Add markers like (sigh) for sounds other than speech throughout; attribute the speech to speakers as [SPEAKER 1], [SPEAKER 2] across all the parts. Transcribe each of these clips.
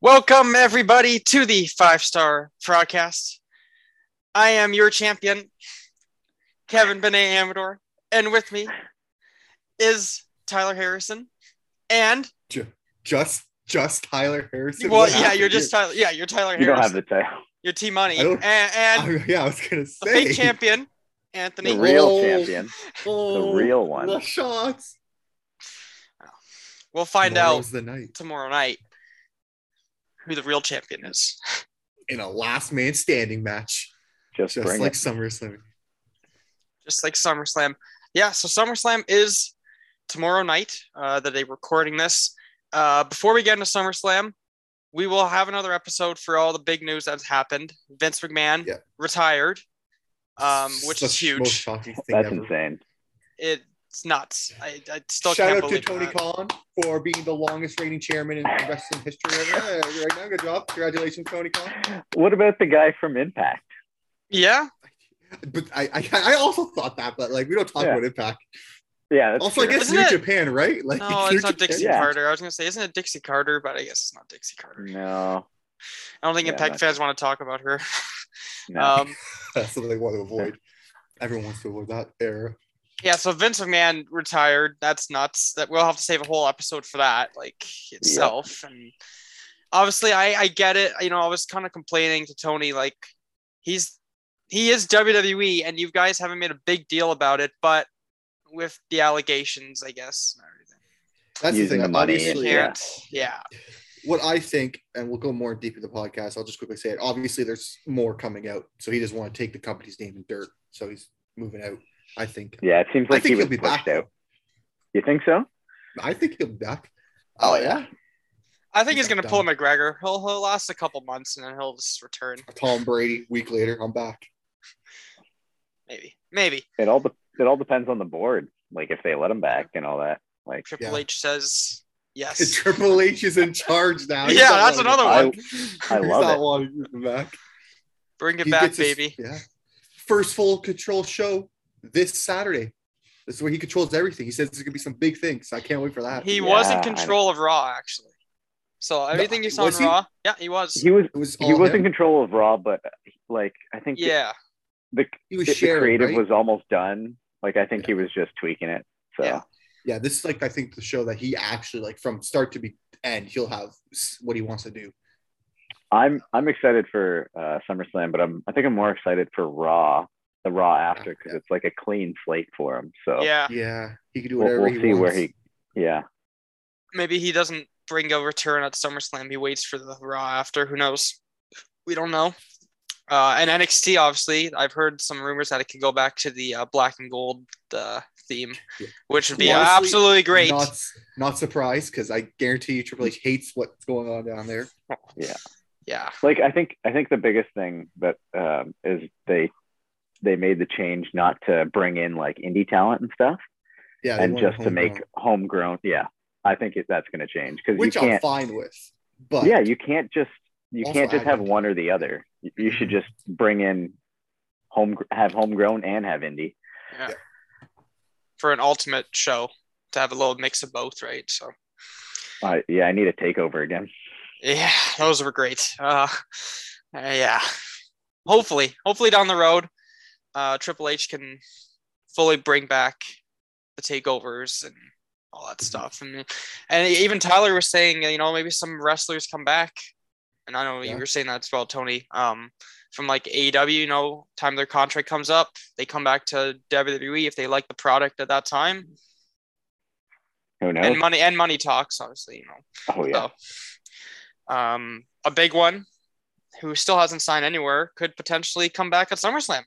[SPEAKER 1] Welcome, everybody, to the Five Star Broadcast. I am your champion, Kevin Benet Amador, and with me is Tyler Harrison. And
[SPEAKER 2] just just Tyler Harrison.
[SPEAKER 1] well,
[SPEAKER 2] What
[SPEAKER 1] yeah, you're
[SPEAKER 2] happened?
[SPEAKER 1] just Tyler. Yeah, you're Tyler
[SPEAKER 3] You don't have Oh.
[SPEAKER 1] Harrison.
[SPEAKER 3] the tail.
[SPEAKER 2] (laughs)
[SPEAKER 1] You're T Money,
[SPEAKER 2] I
[SPEAKER 1] and,
[SPEAKER 2] don't-
[SPEAKER 1] and
[SPEAKER 2] I- yeah, I was gonna
[SPEAKER 1] the
[SPEAKER 2] say
[SPEAKER 1] fake champion Anthony.
[SPEAKER 3] The real
[SPEAKER 2] Oh.
[SPEAKER 3] champion.
[SPEAKER 2] (laughs) Oh,
[SPEAKER 3] The real one.
[SPEAKER 2] The shots.
[SPEAKER 1] We'll find
[SPEAKER 2] Tomorrow's
[SPEAKER 1] out
[SPEAKER 2] the night
[SPEAKER 1] tomorrow night who the real champion is.
[SPEAKER 2] in a last man standing match,
[SPEAKER 3] Just,
[SPEAKER 2] just
[SPEAKER 3] bring
[SPEAKER 2] like
[SPEAKER 3] it.
[SPEAKER 2] SummerSlam.
[SPEAKER 1] just like SummerSlam. Yeah, so SummerSlam is tomorrow night uh, that they recording this. Uh, before we get into SummerSlam, we will have another episode for all the big news that's happened. Vince McMahon
[SPEAKER 2] Yeah.
[SPEAKER 1] retired, um, which is
[SPEAKER 2] Such Most
[SPEAKER 1] huge.
[SPEAKER 2] shocking thing
[SPEAKER 3] That's
[SPEAKER 2] ever.
[SPEAKER 3] insane.
[SPEAKER 1] It's nuts. I, I still
[SPEAKER 2] Shout
[SPEAKER 1] can't
[SPEAKER 2] out to
[SPEAKER 1] believe
[SPEAKER 2] Tony
[SPEAKER 1] that.
[SPEAKER 2] Khan for being the longest reigning chairman in wrestling history ever. Yeah, right now, good job. Congratulations, Tony Khan.
[SPEAKER 3] What about the guy from Impact? Oh,
[SPEAKER 1] Yeah,
[SPEAKER 2] But I, I, I also thought that, but like we don't talk
[SPEAKER 3] Yeah.
[SPEAKER 2] about impact.
[SPEAKER 3] Yeah. That's
[SPEAKER 2] Also, I
[SPEAKER 3] true.
[SPEAKER 2] guess
[SPEAKER 1] Isn't
[SPEAKER 2] New
[SPEAKER 1] it-
[SPEAKER 2] Japan, right? Like
[SPEAKER 1] no,
[SPEAKER 2] (laughs) New
[SPEAKER 1] Oh, it's not
[SPEAKER 2] Japan-
[SPEAKER 1] Dixie
[SPEAKER 3] Yeah.
[SPEAKER 1] Carter. I was gonna say, isn't it Dixie Carter? But I guess it's not Dixie Carter.
[SPEAKER 3] No.
[SPEAKER 1] I don't think
[SPEAKER 3] Yeah,
[SPEAKER 1] Impact
[SPEAKER 3] not-
[SPEAKER 1] fans want to talk about her.
[SPEAKER 3] No.
[SPEAKER 2] Uh,
[SPEAKER 1] Um,
[SPEAKER 2] That's something they want to avoid. Everyone wants to avoid that era.
[SPEAKER 1] Yeah, so Vince McMahon retired. That's nuts. That we'll have to save a whole episode for that, like itself. And obviously, I I get it. You know, I was kind of complaining to Tony, like he's he is WWE, and you guys haven't made a big deal about it, but with the allegations, I guess. and everything.
[SPEAKER 2] That's
[SPEAKER 3] Using the
[SPEAKER 2] I
[SPEAKER 3] money
[SPEAKER 2] obviously-
[SPEAKER 3] and-
[SPEAKER 1] Can't- yeah.
[SPEAKER 2] what I think, and we'll go more in deep in the podcast. I'll just quickly say it. Obviously, there's more coming out, so he doesn't want to take the company's name in dirt. So he's moving out. I think.
[SPEAKER 3] yeah. It seems
[SPEAKER 2] I
[SPEAKER 3] like
[SPEAKER 2] think
[SPEAKER 3] he was
[SPEAKER 2] he'll be
[SPEAKER 3] pushed
[SPEAKER 2] back.
[SPEAKER 3] out. You think so?
[SPEAKER 2] I think he'll be back.
[SPEAKER 3] Oh,
[SPEAKER 2] Uh,
[SPEAKER 3] yeah.
[SPEAKER 1] I think
[SPEAKER 2] He's
[SPEAKER 1] he's gonna
[SPEAKER 2] not
[SPEAKER 1] pull a
[SPEAKER 2] done.
[SPEAKER 1] McGregor. He'll he'll last a couple months and then he'll just return.
[SPEAKER 2] Tom Brady. Week later, I'm back. (laughs)
[SPEAKER 1] Maybe, maybe.
[SPEAKER 3] It all de- it all depends on the board. Like if they let him back and
[SPEAKER 2] (laughs)
[SPEAKER 3] all that. Like
[SPEAKER 1] Triple
[SPEAKER 2] Yeah.
[SPEAKER 1] H says
[SPEAKER 2] (laughs)
[SPEAKER 1] yes.
[SPEAKER 2] Triple H is in charge now.
[SPEAKER 1] Yeah, that's another
[SPEAKER 3] I-
[SPEAKER 1] one.
[SPEAKER 3] I
[SPEAKER 2] He's
[SPEAKER 3] love
[SPEAKER 2] not
[SPEAKER 3] it.
[SPEAKER 2] wanting him back.
[SPEAKER 1] Bring it
[SPEAKER 2] He
[SPEAKER 1] back,
[SPEAKER 2] gets his-
[SPEAKER 1] baby.
[SPEAKER 2] yeah. First full control show this Saturday. This is where he controls everything. He says there's gonna be some big things. I can't wait for that.
[SPEAKER 1] He
[SPEAKER 3] Yeah,
[SPEAKER 1] was in
[SPEAKER 3] I-
[SPEAKER 1] control of Raw, actually. So everything you saw on
[SPEAKER 2] was he?
[SPEAKER 1] Raw, yeah, he was.
[SPEAKER 3] he was
[SPEAKER 2] it was all
[SPEAKER 3] he was
[SPEAKER 2] him.
[SPEAKER 3] in control of Raw, but like I think
[SPEAKER 1] yeah,
[SPEAKER 3] the,
[SPEAKER 2] He
[SPEAKER 3] the,
[SPEAKER 2] was
[SPEAKER 3] the
[SPEAKER 2] sharing.
[SPEAKER 3] creative
[SPEAKER 2] right?
[SPEAKER 3] was almost done. Like I think he was just tweaking it. So
[SPEAKER 1] Yeah.
[SPEAKER 2] yeah this is like i think the show that he actually like from start to be end he'll have s- what he wants to do
[SPEAKER 3] I'm I'm excited for uh, SummerSlam, but I'm I think I'm more excited for Raw, the Raw after, because it's like a clean slate for him. So
[SPEAKER 1] yeah.
[SPEAKER 2] Ah, yeah he can do
[SPEAKER 3] we'll,
[SPEAKER 2] whatever
[SPEAKER 3] we'll
[SPEAKER 2] he
[SPEAKER 3] see
[SPEAKER 2] wants
[SPEAKER 3] where he. Yeah,
[SPEAKER 1] Maybe he doesn't bring a return at SummerSlam. He waits for the Raw after. Who knows? We don't know. Uh, and NXT, obviously, I've heard some rumors that it could go back to the uh, black and gold uh, theme,
[SPEAKER 2] Yeah.
[SPEAKER 1] which would be
[SPEAKER 2] Honestly,
[SPEAKER 1] absolutely great.
[SPEAKER 2] not, s- not surprised because i guarantee you triple h hates what's going on down there
[SPEAKER 1] Yeah,
[SPEAKER 3] like I think I think the biggest thing that um, is they they made the change not to bring in like indie talent and stuff,
[SPEAKER 2] yeah they
[SPEAKER 3] and
[SPEAKER 2] want
[SPEAKER 3] just to make
[SPEAKER 2] homegrown,
[SPEAKER 3] homegrown. Yeah, I think it, that's going to change because you
[SPEAKER 2] which i'm
[SPEAKER 3] can't.
[SPEAKER 2] fine with but
[SPEAKER 3] yeah, you can't just you
[SPEAKER 2] Also Mm-hmm.
[SPEAKER 3] can't just
[SPEAKER 2] add
[SPEAKER 3] have
[SPEAKER 2] indie.
[SPEAKER 3] one or the other. You, you should just bring in home have homegrown and have indie.
[SPEAKER 1] for an ultimate show to have a little mix of both, right? So,
[SPEAKER 3] Uh, yeah, I need a takeover again.
[SPEAKER 1] Yeah, those were great. Uh, uh, yeah, hopefully, hopefully down the road, uh, Triple H can fully bring back the takeovers and all that stuff. And and even Tyler was saying, you know, maybe some wrestlers come back. And I know
[SPEAKER 2] Yeah.
[SPEAKER 1] you were saying that as well, Tony. Um, from like AEW, you know, time their contract comes up, they come back to WWE if they like the product at that time.
[SPEAKER 3] Who knows?
[SPEAKER 1] And money and money talks, obviously, you know.
[SPEAKER 3] oh yeah.
[SPEAKER 1] So, um, a big one who still hasn't signed anywhere could potentially come back at SummerSlam.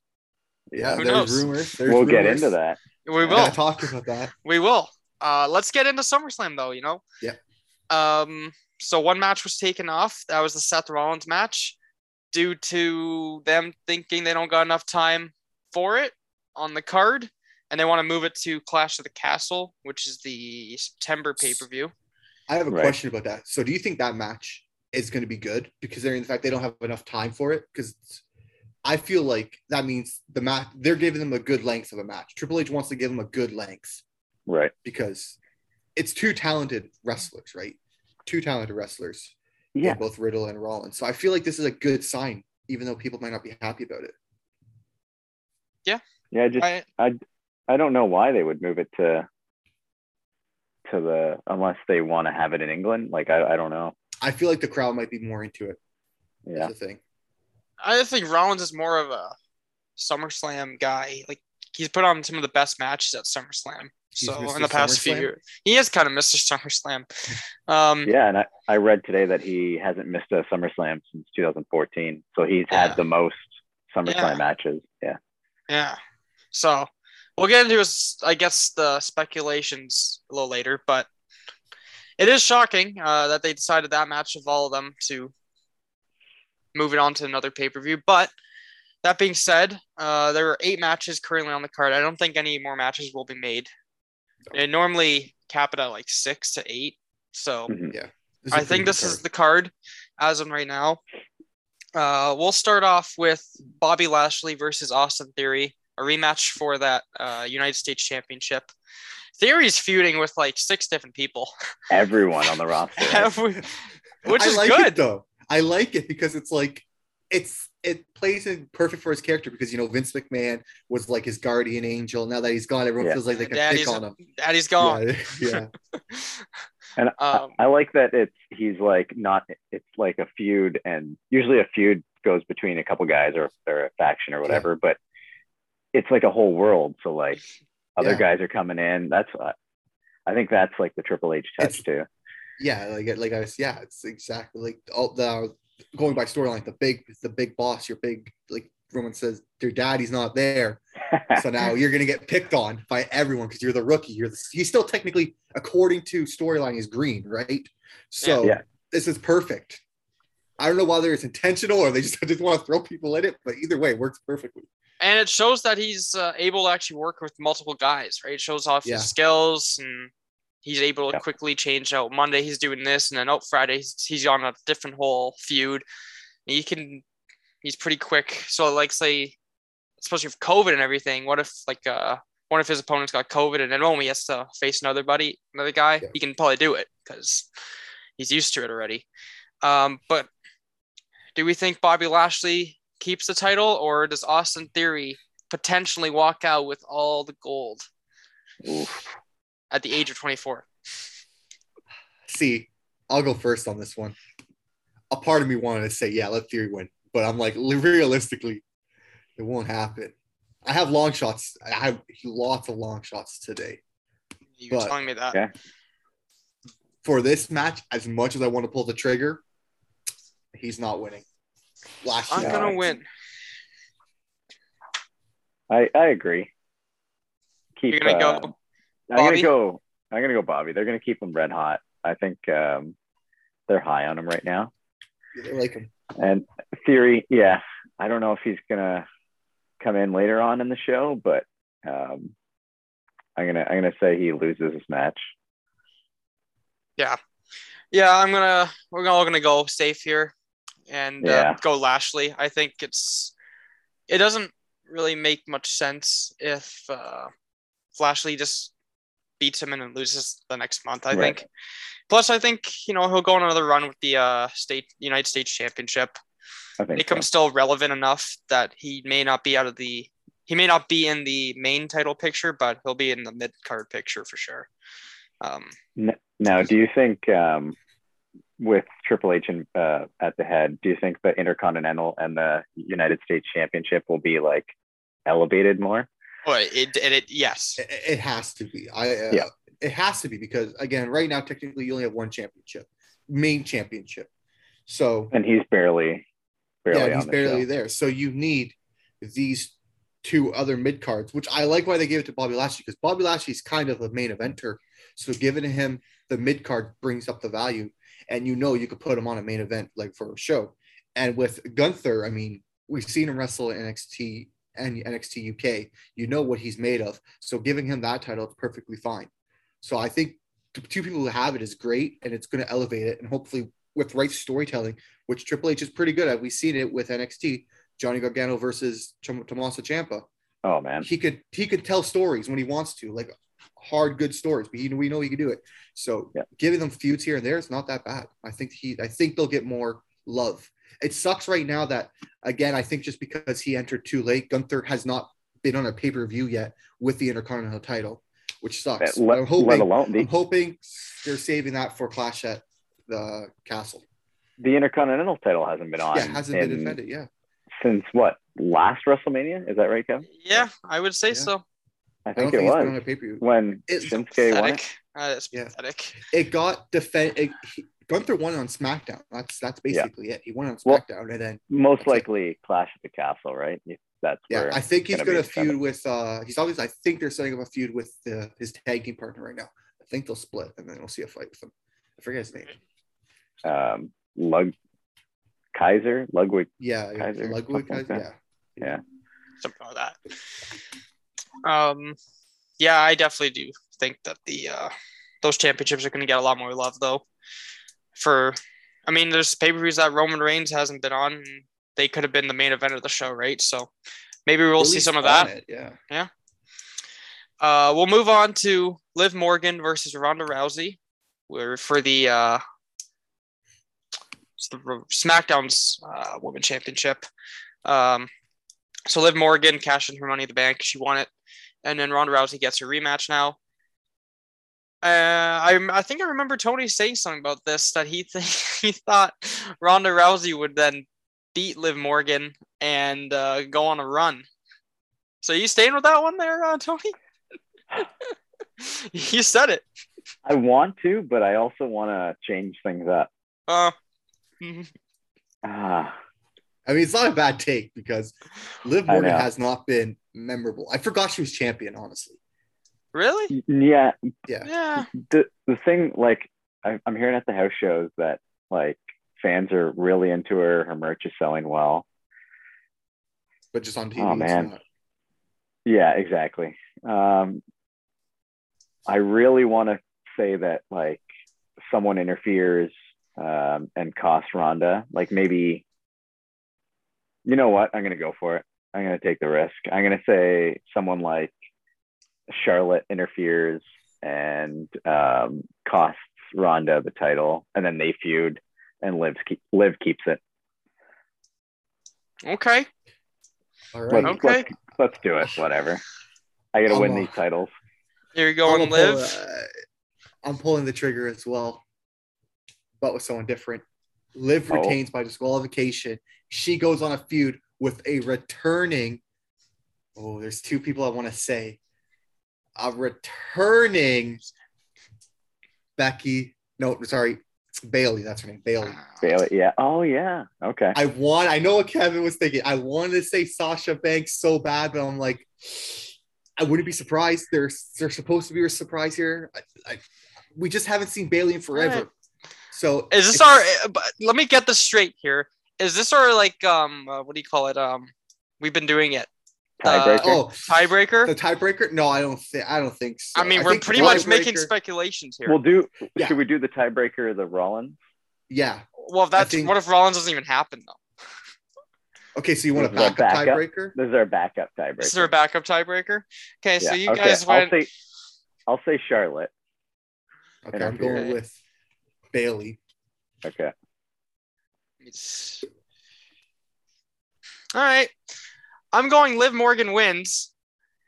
[SPEAKER 2] yeah
[SPEAKER 1] who
[SPEAKER 2] there's
[SPEAKER 1] knows?
[SPEAKER 2] rumors there's
[SPEAKER 3] We'll get
[SPEAKER 2] rumors.
[SPEAKER 3] into that.
[SPEAKER 1] We
[SPEAKER 2] Yeah,
[SPEAKER 1] will.
[SPEAKER 2] I talked about that
[SPEAKER 1] We will. Uh, let's get into SummerSlam though, you know?
[SPEAKER 2] Yeah.
[SPEAKER 1] Um, so one match was taken off. That was the Seth Rollins match due to them thinking they don't got enough time for it on the card. And they want to move it to Clash of the Castle, which is the September pay per view.
[SPEAKER 2] i have a
[SPEAKER 3] Right.
[SPEAKER 2] question about that so do you think that match is going to be good because they're in fact they don't have enough time for it because I feel like that means the match they're giving them a good length of a match. Triple H wants to give them a good length.
[SPEAKER 3] Right.
[SPEAKER 2] because it's two talented wrestlers, right? Two talented wrestlers. yeah.
[SPEAKER 3] Yeah.
[SPEAKER 2] both Riddle and Rollins. So I feel like this is a good sign, even though people might not be happy about it.
[SPEAKER 3] Yeah. I Just
[SPEAKER 1] I,
[SPEAKER 3] I don't know why they would move it to to the unless they want to have it in England. Like I, I don't know.
[SPEAKER 2] I feel like the crowd might be more into it. is
[SPEAKER 3] Yeah.
[SPEAKER 2] the thing.
[SPEAKER 1] I think Rollins is more of a SummerSlam guy. Like he's put on some of the best matches at SummerSlam.
[SPEAKER 2] He's
[SPEAKER 1] so
[SPEAKER 2] Mr.
[SPEAKER 1] in the past few
[SPEAKER 2] SummerSlam?
[SPEAKER 1] years, he is kind of Mr. SummerSlam. Um,
[SPEAKER 3] Yeah, and I, I read today that he hasn't missed a SummerSlam since 2014. So he's
[SPEAKER 1] Yeah.
[SPEAKER 3] had the most SummerSlam
[SPEAKER 1] Yeah.
[SPEAKER 3] matches. Yeah.
[SPEAKER 1] Yeah. So we'll get into his, I guess, the speculations a little later, but it is shocking uh, that they decided that match of all of them to move it on to another pay per view. But that being said, uh, there are eight matches currently on the card. I don't think any more matches will be made. They normally cap it at like six to eight. So
[SPEAKER 3] Mhm.
[SPEAKER 2] This is
[SPEAKER 1] I
[SPEAKER 2] a pretty
[SPEAKER 1] think
[SPEAKER 2] good
[SPEAKER 1] this is
[SPEAKER 2] card.
[SPEAKER 1] the card as of right now. Uh, we'll start off with Bobby Lashley versus Austin Theory, a rematch for that uh, United States Championship. Theory's feuding with like six different
[SPEAKER 2] (laughs)
[SPEAKER 1] people, (laughs)
[SPEAKER 3] Everyone on the roster. right?
[SPEAKER 1] which
[SPEAKER 2] I
[SPEAKER 1] is
[SPEAKER 2] like
[SPEAKER 1] good.
[SPEAKER 2] it though. I like it because it's like it's it plays in perfect for his character because you know Vince McMahon was like his guardian angel. Now that he's gone, everyone
[SPEAKER 3] Yeah.
[SPEAKER 2] feels like they can
[SPEAKER 1] Daddy's-
[SPEAKER 2] pick on him.
[SPEAKER 1] Daddy's gone.
[SPEAKER 2] Yeah, (laughs) yeah.
[SPEAKER 3] And I-
[SPEAKER 1] Um,
[SPEAKER 3] I, like that it's he's like not it's like a feud and usually a feud goes between a couple guys or, or a faction or whatever, but it's like a whole world. So like other
[SPEAKER 2] Yeah.
[SPEAKER 3] guys are coming in. That's uh, I think that's like the Triple H touch
[SPEAKER 1] (laughs)
[SPEAKER 2] It's-
[SPEAKER 3] too.
[SPEAKER 2] yeah, like it- like I was, yeah, it's exactly like all the going by storyline, the big the big boss, your big like Roman says, your daddy's not there. So now you're gonna get picked on by everyone because you're the rookie. You're the, he's still technically, according to storyline, he's green, right? So
[SPEAKER 3] Yeah. Yeah.
[SPEAKER 2] this is perfect. I don't know whether it's intentional or they just, (laughs) just want to throw people in it, but either way, it works perfectly.
[SPEAKER 1] and it shows that he's uh, able to actually work with multiple guys, right? It shows off
[SPEAKER 2] Yeah.
[SPEAKER 1] his skills and he's able to
[SPEAKER 3] Yeah.
[SPEAKER 1] quickly change out. Monday he's doing this, and then out Friday he's, he's on a different whole feud. He can, he's pretty quick. So like say, especially with COVID and everything, what if like uh one of his opponents got COVID and then only he has to face another buddy, another guy?
[SPEAKER 2] Yeah.
[SPEAKER 1] He can probably do it because he's used to it already. Um, but do we think Bobby Lashley keeps the title, or does Austin Theory potentially walk out with all the gold
[SPEAKER 3] (laughs) Oof.
[SPEAKER 1] at the age of 24?
[SPEAKER 2] See, I'll go first on this one. A part of me wanted to say, yeah, let Theory win, but I'm like, li- realistically, it won't happen. I have long shots. I have lots of long shots today.
[SPEAKER 1] You were
[SPEAKER 2] But-
[SPEAKER 1] telling me that.
[SPEAKER 3] Yeah.
[SPEAKER 2] For this match, as much as I want to pull the trigger, he's not winning. Last
[SPEAKER 1] I'm
[SPEAKER 3] Yeah.
[SPEAKER 1] gonna win.
[SPEAKER 3] I, I agree. Keep
[SPEAKER 1] You're gonna
[SPEAKER 3] uh,
[SPEAKER 1] go.
[SPEAKER 3] I'm
[SPEAKER 1] Bobby?
[SPEAKER 3] gonna go. I'm gonna go Bobby. They're gonna keep him red hot. I think um, they're high on him right now.
[SPEAKER 2] like him.
[SPEAKER 3] And Theory, yeah, I don't know if he's gonna come in later on in the show, but um, I'm gonna I'm gonna say he loses this match.
[SPEAKER 1] Yeah, I'm gonna. We're all gonna go safe here, and uh,
[SPEAKER 3] Yeah.
[SPEAKER 1] go Lashley. I think it's. It doesn't really make much sense if uh, Lashley just beats him and then loses the next month. I
[SPEAKER 3] Right.
[SPEAKER 1] think. Plus, I think you know he'll go on another run with the uh, state United States Championship.
[SPEAKER 3] I think
[SPEAKER 1] Make him still relevant enough that he may not be out of the. He may not be in the main title picture, but he'll be in the mid card picture for sure. Um,
[SPEAKER 3] Now, do you think um, with Triple H in, uh, at the head, do you think the Intercontinental and the United States Championship will be like elevated more?
[SPEAKER 1] but it, it, it yes.
[SPEAKER 2] It, it has to be. I uh,
[SPEAKER 3] Yeah.
[SPEAKER 2] It has to be because again, right now technically you only have one championship, main championship. So
[SPEAKER 3] And he's barely, barely
[SPEAKER 2] yeah, he's
[SPEAKER 3] on the
[SPEAKER 2] barely
[SPEAKER 3] show.
[SPEAKER 2] there. So you need these two other mid cards, which I like why they gave it to Bobby Lashley because Bobby Lashley's kind of a main eventer. So giving him the mid card brings up the value, and you know you could put him on a main event like for a show. And with Gunther, I mean, we've seen him wrestle in NXT and NXT UK. You know what he's made of. So giving him that title is perfectly fine. So I think the two people who have it is great, and it's going to elevate it, and hopefully with right storytelling which Triple H is pretty good at. We've seen it with NXT, Johnny Gargano versus Tom- Tommaso Ciampa.
[SPEAKER 3] Oh man,
[SPEAKER 2] He could he could tell stories when he wants to. Like hard, good stories. But he, we know he can do it. So
[SPEAKER 3] Yeah.
[SPEAKER 2] giving them feuds here and there is not that bad. I think he, I think they'll get more love. It sucks right now that again, I think just because he entered too late, Gunther has not been on a pay per view yet with the Intercontinental title, which sucks. But I'm
[SPEAKER 3] let, let
[SPEAKER 2] hoping,
[SPEAKER 3] alone
[SPEAKER 2] I'm
[SPEAKER 3] the,
[SPEAKER 2] hoping they're saving that for Clash at the Castle.
[SPEAKER 3] the Intercontinental title hasn't been on
[SPEAKER 2] Yeah, it hasn't been
[SPEAKER 3] in-
[SPEAKER 2] defended. Yeah,
[SPEAKER 3] since what last WrestleMania? Is that right, Kev?
[SPEAKER 1] Yeah, I would say
[SPEAKER 2] Yeah.
[SPEAKER 1] so.
[SPEAKER 3] I
[SPEAKER 2] I don't
[SPEAKER 3] think
[SPEAKER 2] think
[SPEAKER 3] it
[SPEAKER 2] it's been on
[SPEAKER 3] was
[SPEAKER 2] a pay per view.
[SPEAKER 3] when
[SPEAKER 2] It's so
[SPEAKER 3] Shinsuke won it.
[SPEAKER 1] pathetic. Uh, it's
[SPEAKER 2] Yeah.
[SPEAKER 1] pathetic.
[SPEAKER 2] it got defend. It, he, Gunther won on SmackDown. That's that's
[SPEAKER 3] Yeah.
[SPEAKER 2] basically it. He won on
[SPEAKER 3] Well-
[SPEAKER 2] SmackDown, and then
[SPEAKER 3] Most likely Clash at the Castle, right? If That's
[SPEAKER 2] yeah,
[SPEAKER 3] where
[SPEAKER 2] I think he's
[SPEAKER 3] gonna be
[SPEAKER 2] gonna
[SPEAKER 3] seven.
[SPEAKER 2] feud with. uh He's obviously. I think they're setting up a feud with uh, his tag team partner right now. I think they'll split, and then we'll see a fight with him. I forget his name.
[SPEAKER 3] um, Lug Kaiser Lugwig.
[SPEAKER 2] Yeah, yeah,
[SPEAKER 3] Kaiser,
[SPEAKER 2] Ludwig.
[SPEAKER 3] something like that.
[SPEAKER 2] yeah,
[SPEAKER 1] Something like that. Um, yeah, I definitely do think that the uh, those championships are going to get a lot more love though. For, I mean, there's pay per views that Roman Reigns hasn't been on. And they could have been the main event of the show, right? So maybe we'll
[SPEAKER 2] At
[SPEAKER 1] see
[SPEAKER 2] least
[SPEAKER 1] some of
[SPEAKER 2] on
[SPEAKER 1] that.
[SPEAKER 2] it, yeah,
[SPEAKER 1] Uh, we'll move on to Liv Morgan versus Ronda Rousey, where for the uh, it's the Ro- SmackDown's uh, Women Championship. Um, so Liv Morgan cashed in her Money in the Bank. She won it, and then Ronda Rousey gets her rematch now. Uh, I I think I remember Tony saying something about this that he (laughs) th- he thought Ronda Rousey would then beat Liv Morgan and uh, go on a run. So you staying with that one there, uh, Tony? (laughs) you said it.
[SPEAKER 3] I want to, but I also want to change things up.
[SPEAKER 1] Uh, mhm.
[SPEAKER 3] Ah,
[SPEAKER 2] I mean, it's not a bad take because Liv
[SPEAKER 3] I
[SPEAKER 2] Morgan
[SPEAKER 3] know.
[SPEAKER 2] has not been memorable. I forgot she was champion. Honestly,
[SPEAKER 1] really?
[SPEAKER 3] y- yeah,
[SPEAKER 2] Yeah.
[SPEAKER 1] Yeah.
[SPEAKER 3] the the thing like I, I'm hearing at the house shows that like fans are really into her. Her merch is selling well.
[SPEAKER 2] but just on TV.
[SPEAKER 3] Oh,
[SPEAKER 2] it's
[SPEAKER 3] man.
[SPEAKER 2] not.
[SPEAKER 3] Yeah, exactly. Um, I really want to say that like someone interferes um, and costs Rhonda. Like maybe, you know what? I'm gonna go for it. I'm gonna take the risk. I'm gonna say someone like Charlotte interferes and um, costs Rhonda the title, and then they feud, and Liv keep, Liv keeps it.
[SPEAKER 1] Okay.
[SPEAKER 2] All
[SPEAKER 3] Let's,
[SPEAKER 2] right.
[SPEAKER 1] Okay.
[SPEAKER 3] let's, let's do it. Whatever. I gotta win
[SPEAKER 2] I'm, uh,
[SPEAKER 3] these titles.
[SPEAKER 1] There you go,
[SPEAKER 2] I'm
[SPEAKER 1] and
[SPEAKER 2] gonna
[SPEAKER 1] live.
[SPEAKER 2] pull, uh, I'm pulling the trigger as well, but with someone different. Liv
[SPEAKER 3] Oh.
[SPEAKER 2] retains by disqualification. She goes on a feud with a returning. Oh, there's two people I want to say. A returning Becky. No, sorry, Bailey. That's her name, Bailey.
[SPEAKER 3] Bailey. Yeah. Oh yeah. Okay.
[SPEAKER 2] I want. I know what Kevin was thinking. I wanted to say Sasha Banks so bad, but I'm like, I wouldn't be surprised. There's there's supposed to be a surprise here. I, I, we just haven't seen Bailey in forever.
[SPEAKER 1] Alright.
[SPEAKER 2] So
[SPEAKER 1] Is this
[SPEAKER 2] it's-
[SPEAKER 1] our? uh, but Let me get this straight here. Is this our like um? Uh, what do you call it? Um, we've been doing it Uh,
[SPEAKER 3] Tiebreaker.
[SPEAKER 2] Oh,
[SPEAKER 1] tiebreaker.
[SPEAKER 2] the tiebreaker? No, I don't think. I don't think so.
[SPEAKER 1] I mean, we're
[SPEAKER 2] think
[SPEAKER 1] pretty much making
[SPEAKER 2] tiebreaker-
[SPEAKER 1] speculations here.
[SPEAKER 3] We'll
[SPEAKER 1] Well,
[SPEAKER 3] do.
[SPEAKER 2] Yeah.
[SPEAKER 3] Should we do the tiebreaker of the Rollins?
[SPEAKER 2] yeah.
[SPEAKER 1] if that's
[SPEAKER 2] think-
[SPEAKER 1] what if Rollins doesn't even happen though?
[SPEAKER 2] Okay, so you want a
[SPEAKER 3] Well,
[SPEAKER 2] backup,
[SPEAKER 3] backup.
[SPEAKER 2] tiebreaker?
[SPEAKER 3] This is our backup tiebreaker.
[SPEAKER 1] This is our backup tiebreaker. Okay, so
[SPEAKER 3] Yeah,
[SPEAKER 1] you
[SPEAKER 3] okay,
[SPEAKER 1] guys
[SPEAKER 3] I'll
[SPEAKER 1] went.
[SPEAKER 3] say, I'll say Charlotte.
[SPEAKER 2] Okay, I'm going
[SPEAKER 1] Okay.
[SPEAKER 2] with Bailey.
[SPEAKER 3] Okay.
[SPEAKER 1] It's- All right. I'm going. Liv Morgan wins,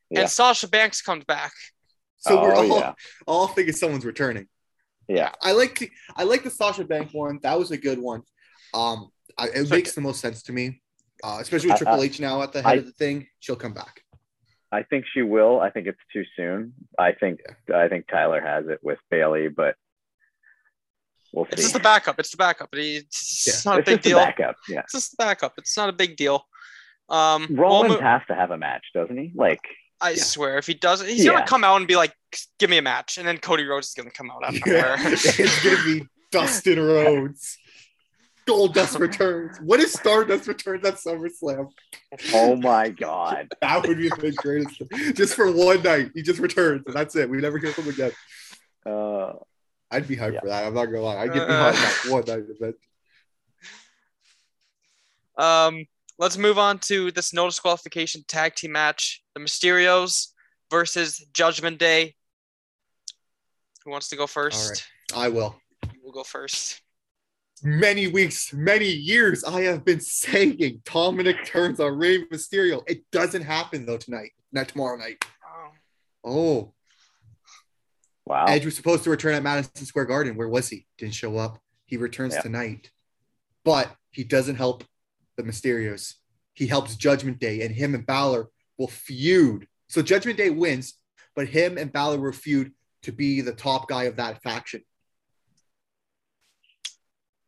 [SPEAKER 3] Yeah.
[SPEAKER 1] and Sasha Banks comes back.
[SPEAKER 2] So we're
[SPEAKER 3] oh
[SPEAKER 2] all
[SPEAKER 3] yeah.
[SPEAKER 2] all thinking someone's returning.
[SPEAKER 3] Yeah.
[SPEAKER 2] I like the I like the Sasha Bank one. That was a good one. Um, I, it
[SPEAKER 1] Second.
[SPEAKER 2] makes the most sense to me, uh, especially with
[SPEAKER 3] I- I-
[SPEAKER 2] Triple H now at the head
[SPEAKER 3] I-
[SPEAKER 2] of the thing. She'll come back.
[SPEAKER 3] I think she will. I think it's too soon. I think. I think Tyler has it with Bailey, but we'll see.
[SPEAKER 1] It's just the backup. It's the backup. It's
[SPEAKER 2] Yeah.
[SPEAKER 1] not a
[SPEAKER 3] It's
[SPEAKER 1] big
[SPEAKER 3] just the
[SPEAKER 1] deal.
[SPEAKER 3] backup. Yeah.
[SPEAKER 1] It's just the backup. It's not a big deal. Um,
[SPEAKER 3] Rollins
[SPEAKER 1] Walmo-
[SPEAKER 3] has to have a match, doesn't he? Like,
[SPEAKER 1] I
[SPEAKER 2] yeah.
[SPEAKER 1] swear, if he doesn't, he's
[SPEAKER 3] Yeah.
[SPEAKER 1] gonna come out and be like, "Give me a match," and then Cody Rhodes is gonna come out out of
[SPEAKER 2] (laughs)
[SPEAKER 1] nowhere.
[SPEAKER 2] Yeah. it's gonna be Dustin Rhodes. Gold
[SPEAKER 1] (laughs)
[SPEAKER 2] Dust returns. What if Stardust returns at SummerSlam?
[SPEAKER 3] oh
[SPEAKER 1] (laughs)
[SPEAKER 3] my god.
[SPEAKER 2] That would be the greatest. Just for one night, he just returns, and that's it. We never hear from him again.
[SPEAKER 3] Uh,
[SPEAKER 2] I'd be hyped
[SPEAKER 3] Yeah.
[SPEAKER 2] for that. I'm not gonna lie. I'd get
[SPEAKER 1] Uh.
[SPEAKER 2] behind that one night event.
[SPEAKER 1] (laughs)
[SPEAKER 3] (laughs)
[SPEAKER 1] Um, let's move on to this no disqualification tag team match: the Mysterios versus Judgment Day. Who wants to go first?
[SPEAKER 2] I will.
[SPEAKER 1] We'll go first.
[SPEAKER 2] Many weeks, many years, I have been saying Dominic turns on Rey Mysterio. It doesn't happen though tonight, not tomorrow night.
[SPEAKER 1] Oh,
[SPEAKER 2] Oh,
[SPEAKER 3] Wow.
[SPEAKER 2] Edge was supposed to return at Madison Square Garden. Where was he? Didn't show up. He returns
[SPEAKER 3] Yeah.
[SPEAKER 2] tonight, but he doesn't help the Mysterios. He helps Judgment Day, and him and Balor will feud. So Judgment Day wins, but him and Balor will feud to be the top guy of that faction.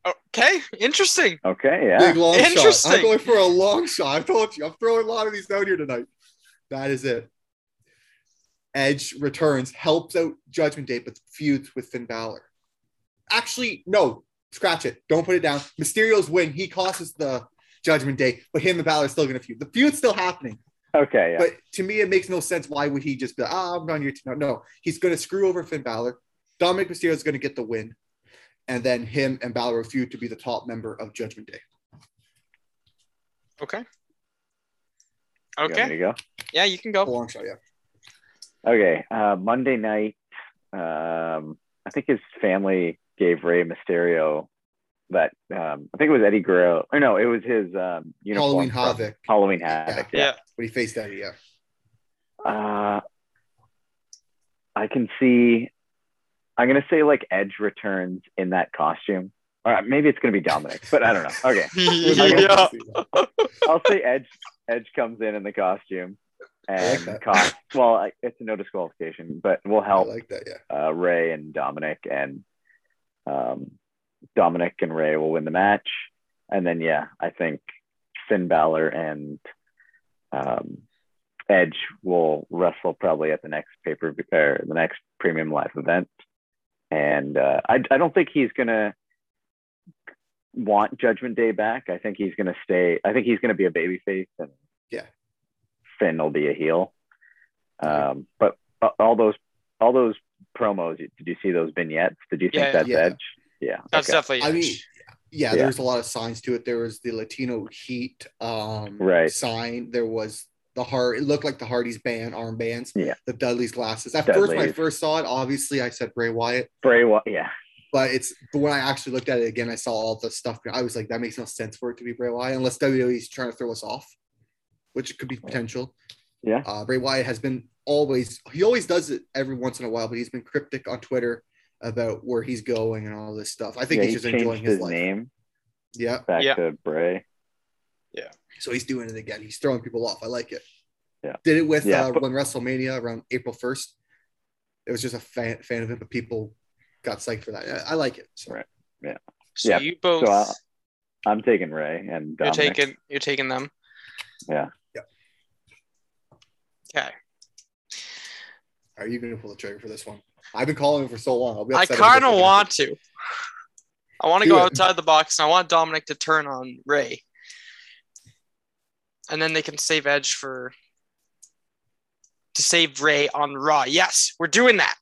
[SPEAKER 1] Oh, okay. Interesting.
[SPEAKER 3] Okay. Yeah.
[SPEAKER 2] Big long shot.
[SPEAKER 1] Interesting.
[SPEAKER 2] I'm going for a long shot. I told you, I'm throwing a lot of these down here tonight. That is it. Edge returns, helps out Judgment Day, but feuds with Finn Balor. Actually, no, scratch it. Don't put it down. Mysterio's win. He causes the Judgment Day, but him and Balor are still going to feud. The feud's still happening.
[SPEAKER 3] Okay. Yeah.
[SPEAKER 2] But to me, it makes no sense. Why would he just be like, ah, I'm on your team? No, no. he's going to screw over Finn Balor. Dominic Mysterio is going to get the win. And then him and Balor will feud to be the top member of Judgment Day.
[SPEAKER 1] Okay.
[SPEAKER 3] You want
[SPEAKER 1] Okay.
[SPEAKER 3] me to go?
[SPEAKER 1] Yeah, you can
[SPEAKER 2] (laughs)
[SPEAKER 1] go.
[SPEAKER 2] long shot, yeah.
[SPEAKER 3] Okay, uh, Monday night. Um, I think his family gave Rey Mysterio that. Um, I think it was Eddie Guerrero. Or no, it was his um,
[SPEAKER 2] Halloween
[SPEAKER 3] uniform from
[SPEAKER 2] Havoc
[SPEAKER 3] Halloween Havoc.
[SPEAKER 1] Yeah.
[SPEAKER 3] Yeah.
[SPEAKER 2] when he faced Eddie. Yeah,
[SPEAKER 3] Uh, I can see. I'm gonna say like Edge returns in that costume. All right, maybe it's gonna be Dominic, but I don't know. Okay,
[SPEAKER 1] yeah.
[SPEAKER 3] I'll say Edge. Edge comes in in the costume and
[SPEAKER 2] that.
[SPEAKER 3] cost. Well, I, it's a no disqualification, but will
[SPEAKER 2] I
[SPEAKER 3] help
[SPEAKER 2] like that. Yeah,
[SPEAKER 3] uh, Ray and Dominic, and um, Dominic and Ray will win the match. And then, yeah, I think Finn Balor and um, Edge will wrestle probably at the next pay per view or the next premium live event. And uh, I, I don't think he's gonna want Judgment Day back. I think he's gonna stay. I think he's gonna be a babyface, and
[SPEAKER 2] Yeah.
[SPEAKER 3] Finn will be a heel. Um, but uh, all those all those promos. Did you see those vignettes? Did you think
[SPEAKER 1] Yeah.
[SPEAKER 3] that's
[SPEAKER 2] Yeah.
[SPEAKER 3] Edge? Yeah.
[SPEAKER 1] (laughs) That's
[SPEAKER 3] okay.
[SPEAKER 1] definitely.
[SPEAKER 2] I mean,
[SPEAKER 1] Edge.
[SPEAKER 2] yeah,
[SPEAKER 3] Yeah.
[SPEAKER 2] There was a lot of signs to it. There was the Latino Heat um,
[SPEAKER 3] Right.
[SPEAKER 2] sign. There was the heart. It looked like the Hardy's band armbands.
[SPEAKER 3] Yeah.
[SPEAKER 2] the Dudley's glasses. At first, when I
[SPEAKER 3] Dudley's.
[SPEAKER 2] first saw it, obviously I said Bray Wyatt,
[SPEAKER 3] Bray Wyatt. Yeah.
[SPEAKER 2] but it's but when I actually looked at it again, I saw all the stuff. I was like, that makes no sense for it to be Bray Wyatt unless WWE's trying to throw us off, which could be potential.
[SPEAKER 3] Yeah.
[SPEAKER 2] Uh, Bray Wyatt has been always, he always does it every once in a while, but he's been cryptic on Twitter about where he's going and all this stuff. I think
[SPEAKER 3] yeah,
[SPEAKER 2] he's
[SPEAKER 3] he
[SPEAKER 2] just enjoying
[SPEAKER 3] changed
[SPEAKER 2] his,
[SPEAKER 3] his
[SPEAKER 2] life.
[SPEAKER 3] name
[SPEAKER 2] Yeah.
[SPEAKER 3] back
[SPEAKER 1] Yeah.
[SPEAKER 3] to Bray.
[SPEAKER 2] So he's doing it again. He's throwing people off. I like it.
[SPEAKER 3] Yeah.
[SPEAKER 2] Did it with
[SPEAKER 3] Yeah,
[SPEAKER 2] uh,
[SPEAKER 3] but-
[SPEAKER 2] when WrestleMania around April 1st. It was just a fan, fan of it, but people got psyched for that. I, I like it. So.
[SPEAKER 3] Right.
[SPEAKER 1] so
[SPEAKER 3] yeah,
[SPEAKER 1] you both.
[SPEAKER 3] so I'll- I'm taking Ray and
[SPEAKER 1] you're
[SPEAKER 3] Dominic.
[SPEAKER 1] taking. You're taking them.
[SPEAKER 3] Yeah.
[SPEAKER 1] Okay.
[SPEAKER 2] Are you going to pull the trigger for this one? I've been calling him for so long. I'll be
[SPEAKER 1] I
[SPEAKER 2] upset if it
[SPEAKER 1] kind of
[SPEAKER 2] doesn't
[SPEAKER 1] want to. I want to
[SPEAKER 2] Do
[SPEAKER 1] go
[SPEAKER 2] it.
[SPEAKER 1] outside the box, and I want Dominic to turn on Ray, and then they can save Edge for to save Ray on Raw. Yes, we're doing that.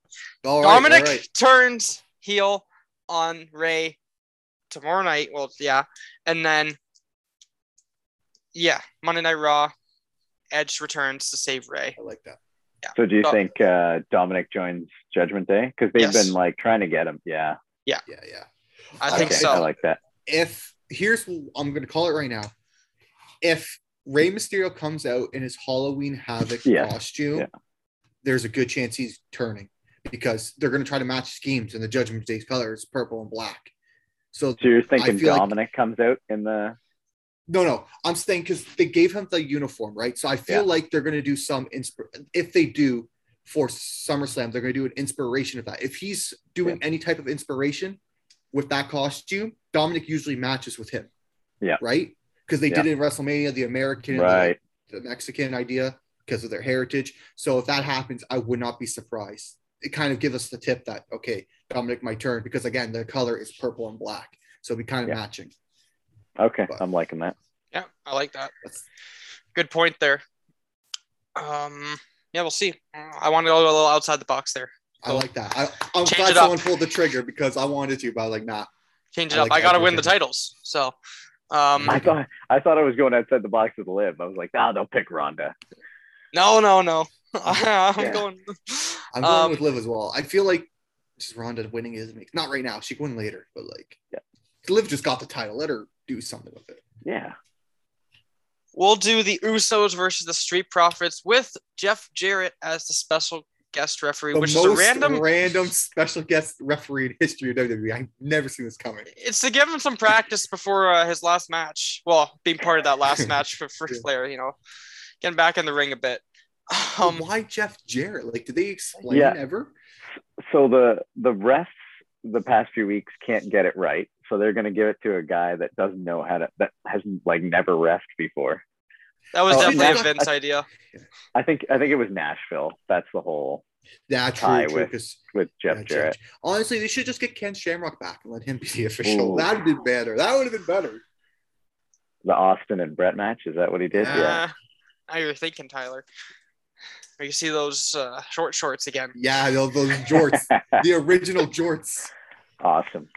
[SPEAKER 2] happen. All right, all
[SPEAKER 1] Dominic
[SPEAKER 2] right.
[SPEAKER 1] turns heel on Ray tomorrow night. Well, yeah, and then yeah, Monday Night Raw. Edge returns to save Ray.
[SPEAKER 2] I like that.
[SPEAKER 3] So do you
[SPEAKER 1] Oh.
[SPEAKER 3] think uh, Dominic joins Judgment Day? Because they've
[SPEAKER 1] Yes.
[SPEAKER 3] been like trying to get him. Yeah.
[SPEAKER 2] Yeah, yeah.
[SPEAKER 1] I think
[SPEAKER 3] okay.
[SPEAKER 1] so.
[SPEAKER 3] I like that.
[SPEAKER 2] If here's what I'm going to call it right now. If Rey Mysterio comes out in his Halloween Havoc
[SPEAKER 3] Yeah,
[SPEAKER 2] costume,
[SPEAKER 3] yeah.
[SPEAKER 2] there's a good chance he's turning because they're going to try to match schemes and the Judgment Day's color is purple and black. So
[SPEAKER 3] So you're thinking
[SPEAKER 2] feel like-
[SPEAKER 3] Dominic comes out in the
[SPEAKER 2] No, no. I'm saying because they gave him the uniform, right? So I feel
[SPEAKER 3] Yeah.
[SPEAKER 2] like they're going to do some insp- if they do for SummerSlam, they're going to do an inspiration of that. If he's doing any type of inspiration with that costume, Dominic usually matches with him.
[SPEAKER 3] Yeah.
[SPEAKER 2] Right? Because they
[SPEAKER 3] Yeah.
[SPEAKER 2] did it in WrestleMania, the American and the-
[SPEAKER 3] right.
[SPEAKER 2] the Mexican idea because of their heritage. So if that happens, I would not be surprised. It kind of gives us the tip that okay, Dominic might turn because again, the color is purple and black. So it'd be kind of
[SPEAKER 3] Yeah.
[SPEAKER 2] matching.
[SPEAKER 3] Okay,
[SPEAKER 2] But-
[SPEAKER 3] I'm liking that.
[SPEAKER 1] Yeah, I like that.
[SPEAKER 2] That's-
[SPEAKER 1] Good point there. Um, yeah, we'll see. Mm, I want to go a little outside the box there.
[SPEAKER 2] I like that. I, I'm
[SPEAKER 1] Change
[SPEAKER 2] glad
[SPEAKER 1] it up.
[SPEAKER 2] someone pulled the trigger because I wanted to, but I was like, nah.
[SPEAKER 1] Change it
[SPEAKER 2] I
[SPEAKER 1] up. I
[SPEAKER 2] like
[SPEAKER 1] got to
[SPEAKER 2] that.
[SPEAKER 1] win the titles. So, um,
[SPEAKER 2] Mm-hmm.
[SPEAKER 3] I thought I thought I was going outside the box with Liv. I was like, ah, they'll pick Ronda.
[SPEAKER 1] no, (laughs) no, no. I'm
[SPEAKER 3] Yeah.
[SPEAKER 1] going.
[SPEAKER 2] I'm going
[SPEAKER 1] Um,
[SPEAKER 2] with Liv as well. I feel like just Ronda winning is not right now. She can win later, but like,
[SPEAKER 3] Yeah.
[SPEAKER 2] Liv just got the title. Let her do something with it.
[SPEAKER 3] Yeah.
[SPEAKER 1] We'll do the Usos versus the Street Profits with Jeff Jarrett as the special guest referee,
[SPEAKER 2] The
[SPEAKER 1] which is
[SPEAKER 2] most
[SPEAKER 1] a random.
[SPEAKER 2] random special guest referee in history of WWE. I've never seen this coming.
[SPEAKER 1] it's to give him some practice before uh, his last match. Well, being part of that
[SPEAKER 2] (laughs)
[SPEAKER 1] last match for, for
[SPEAKER 2] Yeah.
[SPEAKER 1] Flair, you know, getting back in the ring a bit.
[SPEAKER 2] Um,
[SPEAKER 1] Um,
[SPEAKER 2] why Jeff Jarrett? Like, did they explain
[SPEAKER 3] Yeah.
[SPEAKER 2] ever?
[SPEAKER 3] So the the refs the past few weeks can't get it right, so they're going to give it to a guy that doesn't know how to that has like never refed before.
[SPEAKER 1] that was
[SPEAKER 3] Oh,
[SPEAKER 1] definitely a
[SPEAKER 2] yeah.
[SPEAKER 1] Vince idea.
[SPEAKER 3] I think I think it was Nashville. That's the whole
[SPEAKER 2] Yeah,
[SPEAKER 3] Tie
[SPEAKER 2] true, true.
[SPEAKER 3] with
[SPEAKER 2] Because
[SPEAKER 3] with Jeff
[SPEAKER 2] yeah,
[SPEAKER 3] Jarrett.
[SPEAKER 2] Honestly, they should just get Ken Shamrock back and let him be the (laughs) official.
[SPEAKER 3] Ooh.
[SPEAKER 2] That'd be better. That would have been better.
[SPEAKER 3] The Austin and Brett match is that what he did? (laughs) Yeah.
[SPEAKER 1] Uh, now you're thinking, Tyler. You see those uh, short shorts again.
[SPEAKER 2] Yeah, those, those
[SPEAKER 3] (laughs)
[SPEAKER 2] jorts, the original jorts.
[SPEAKER 3] awesome.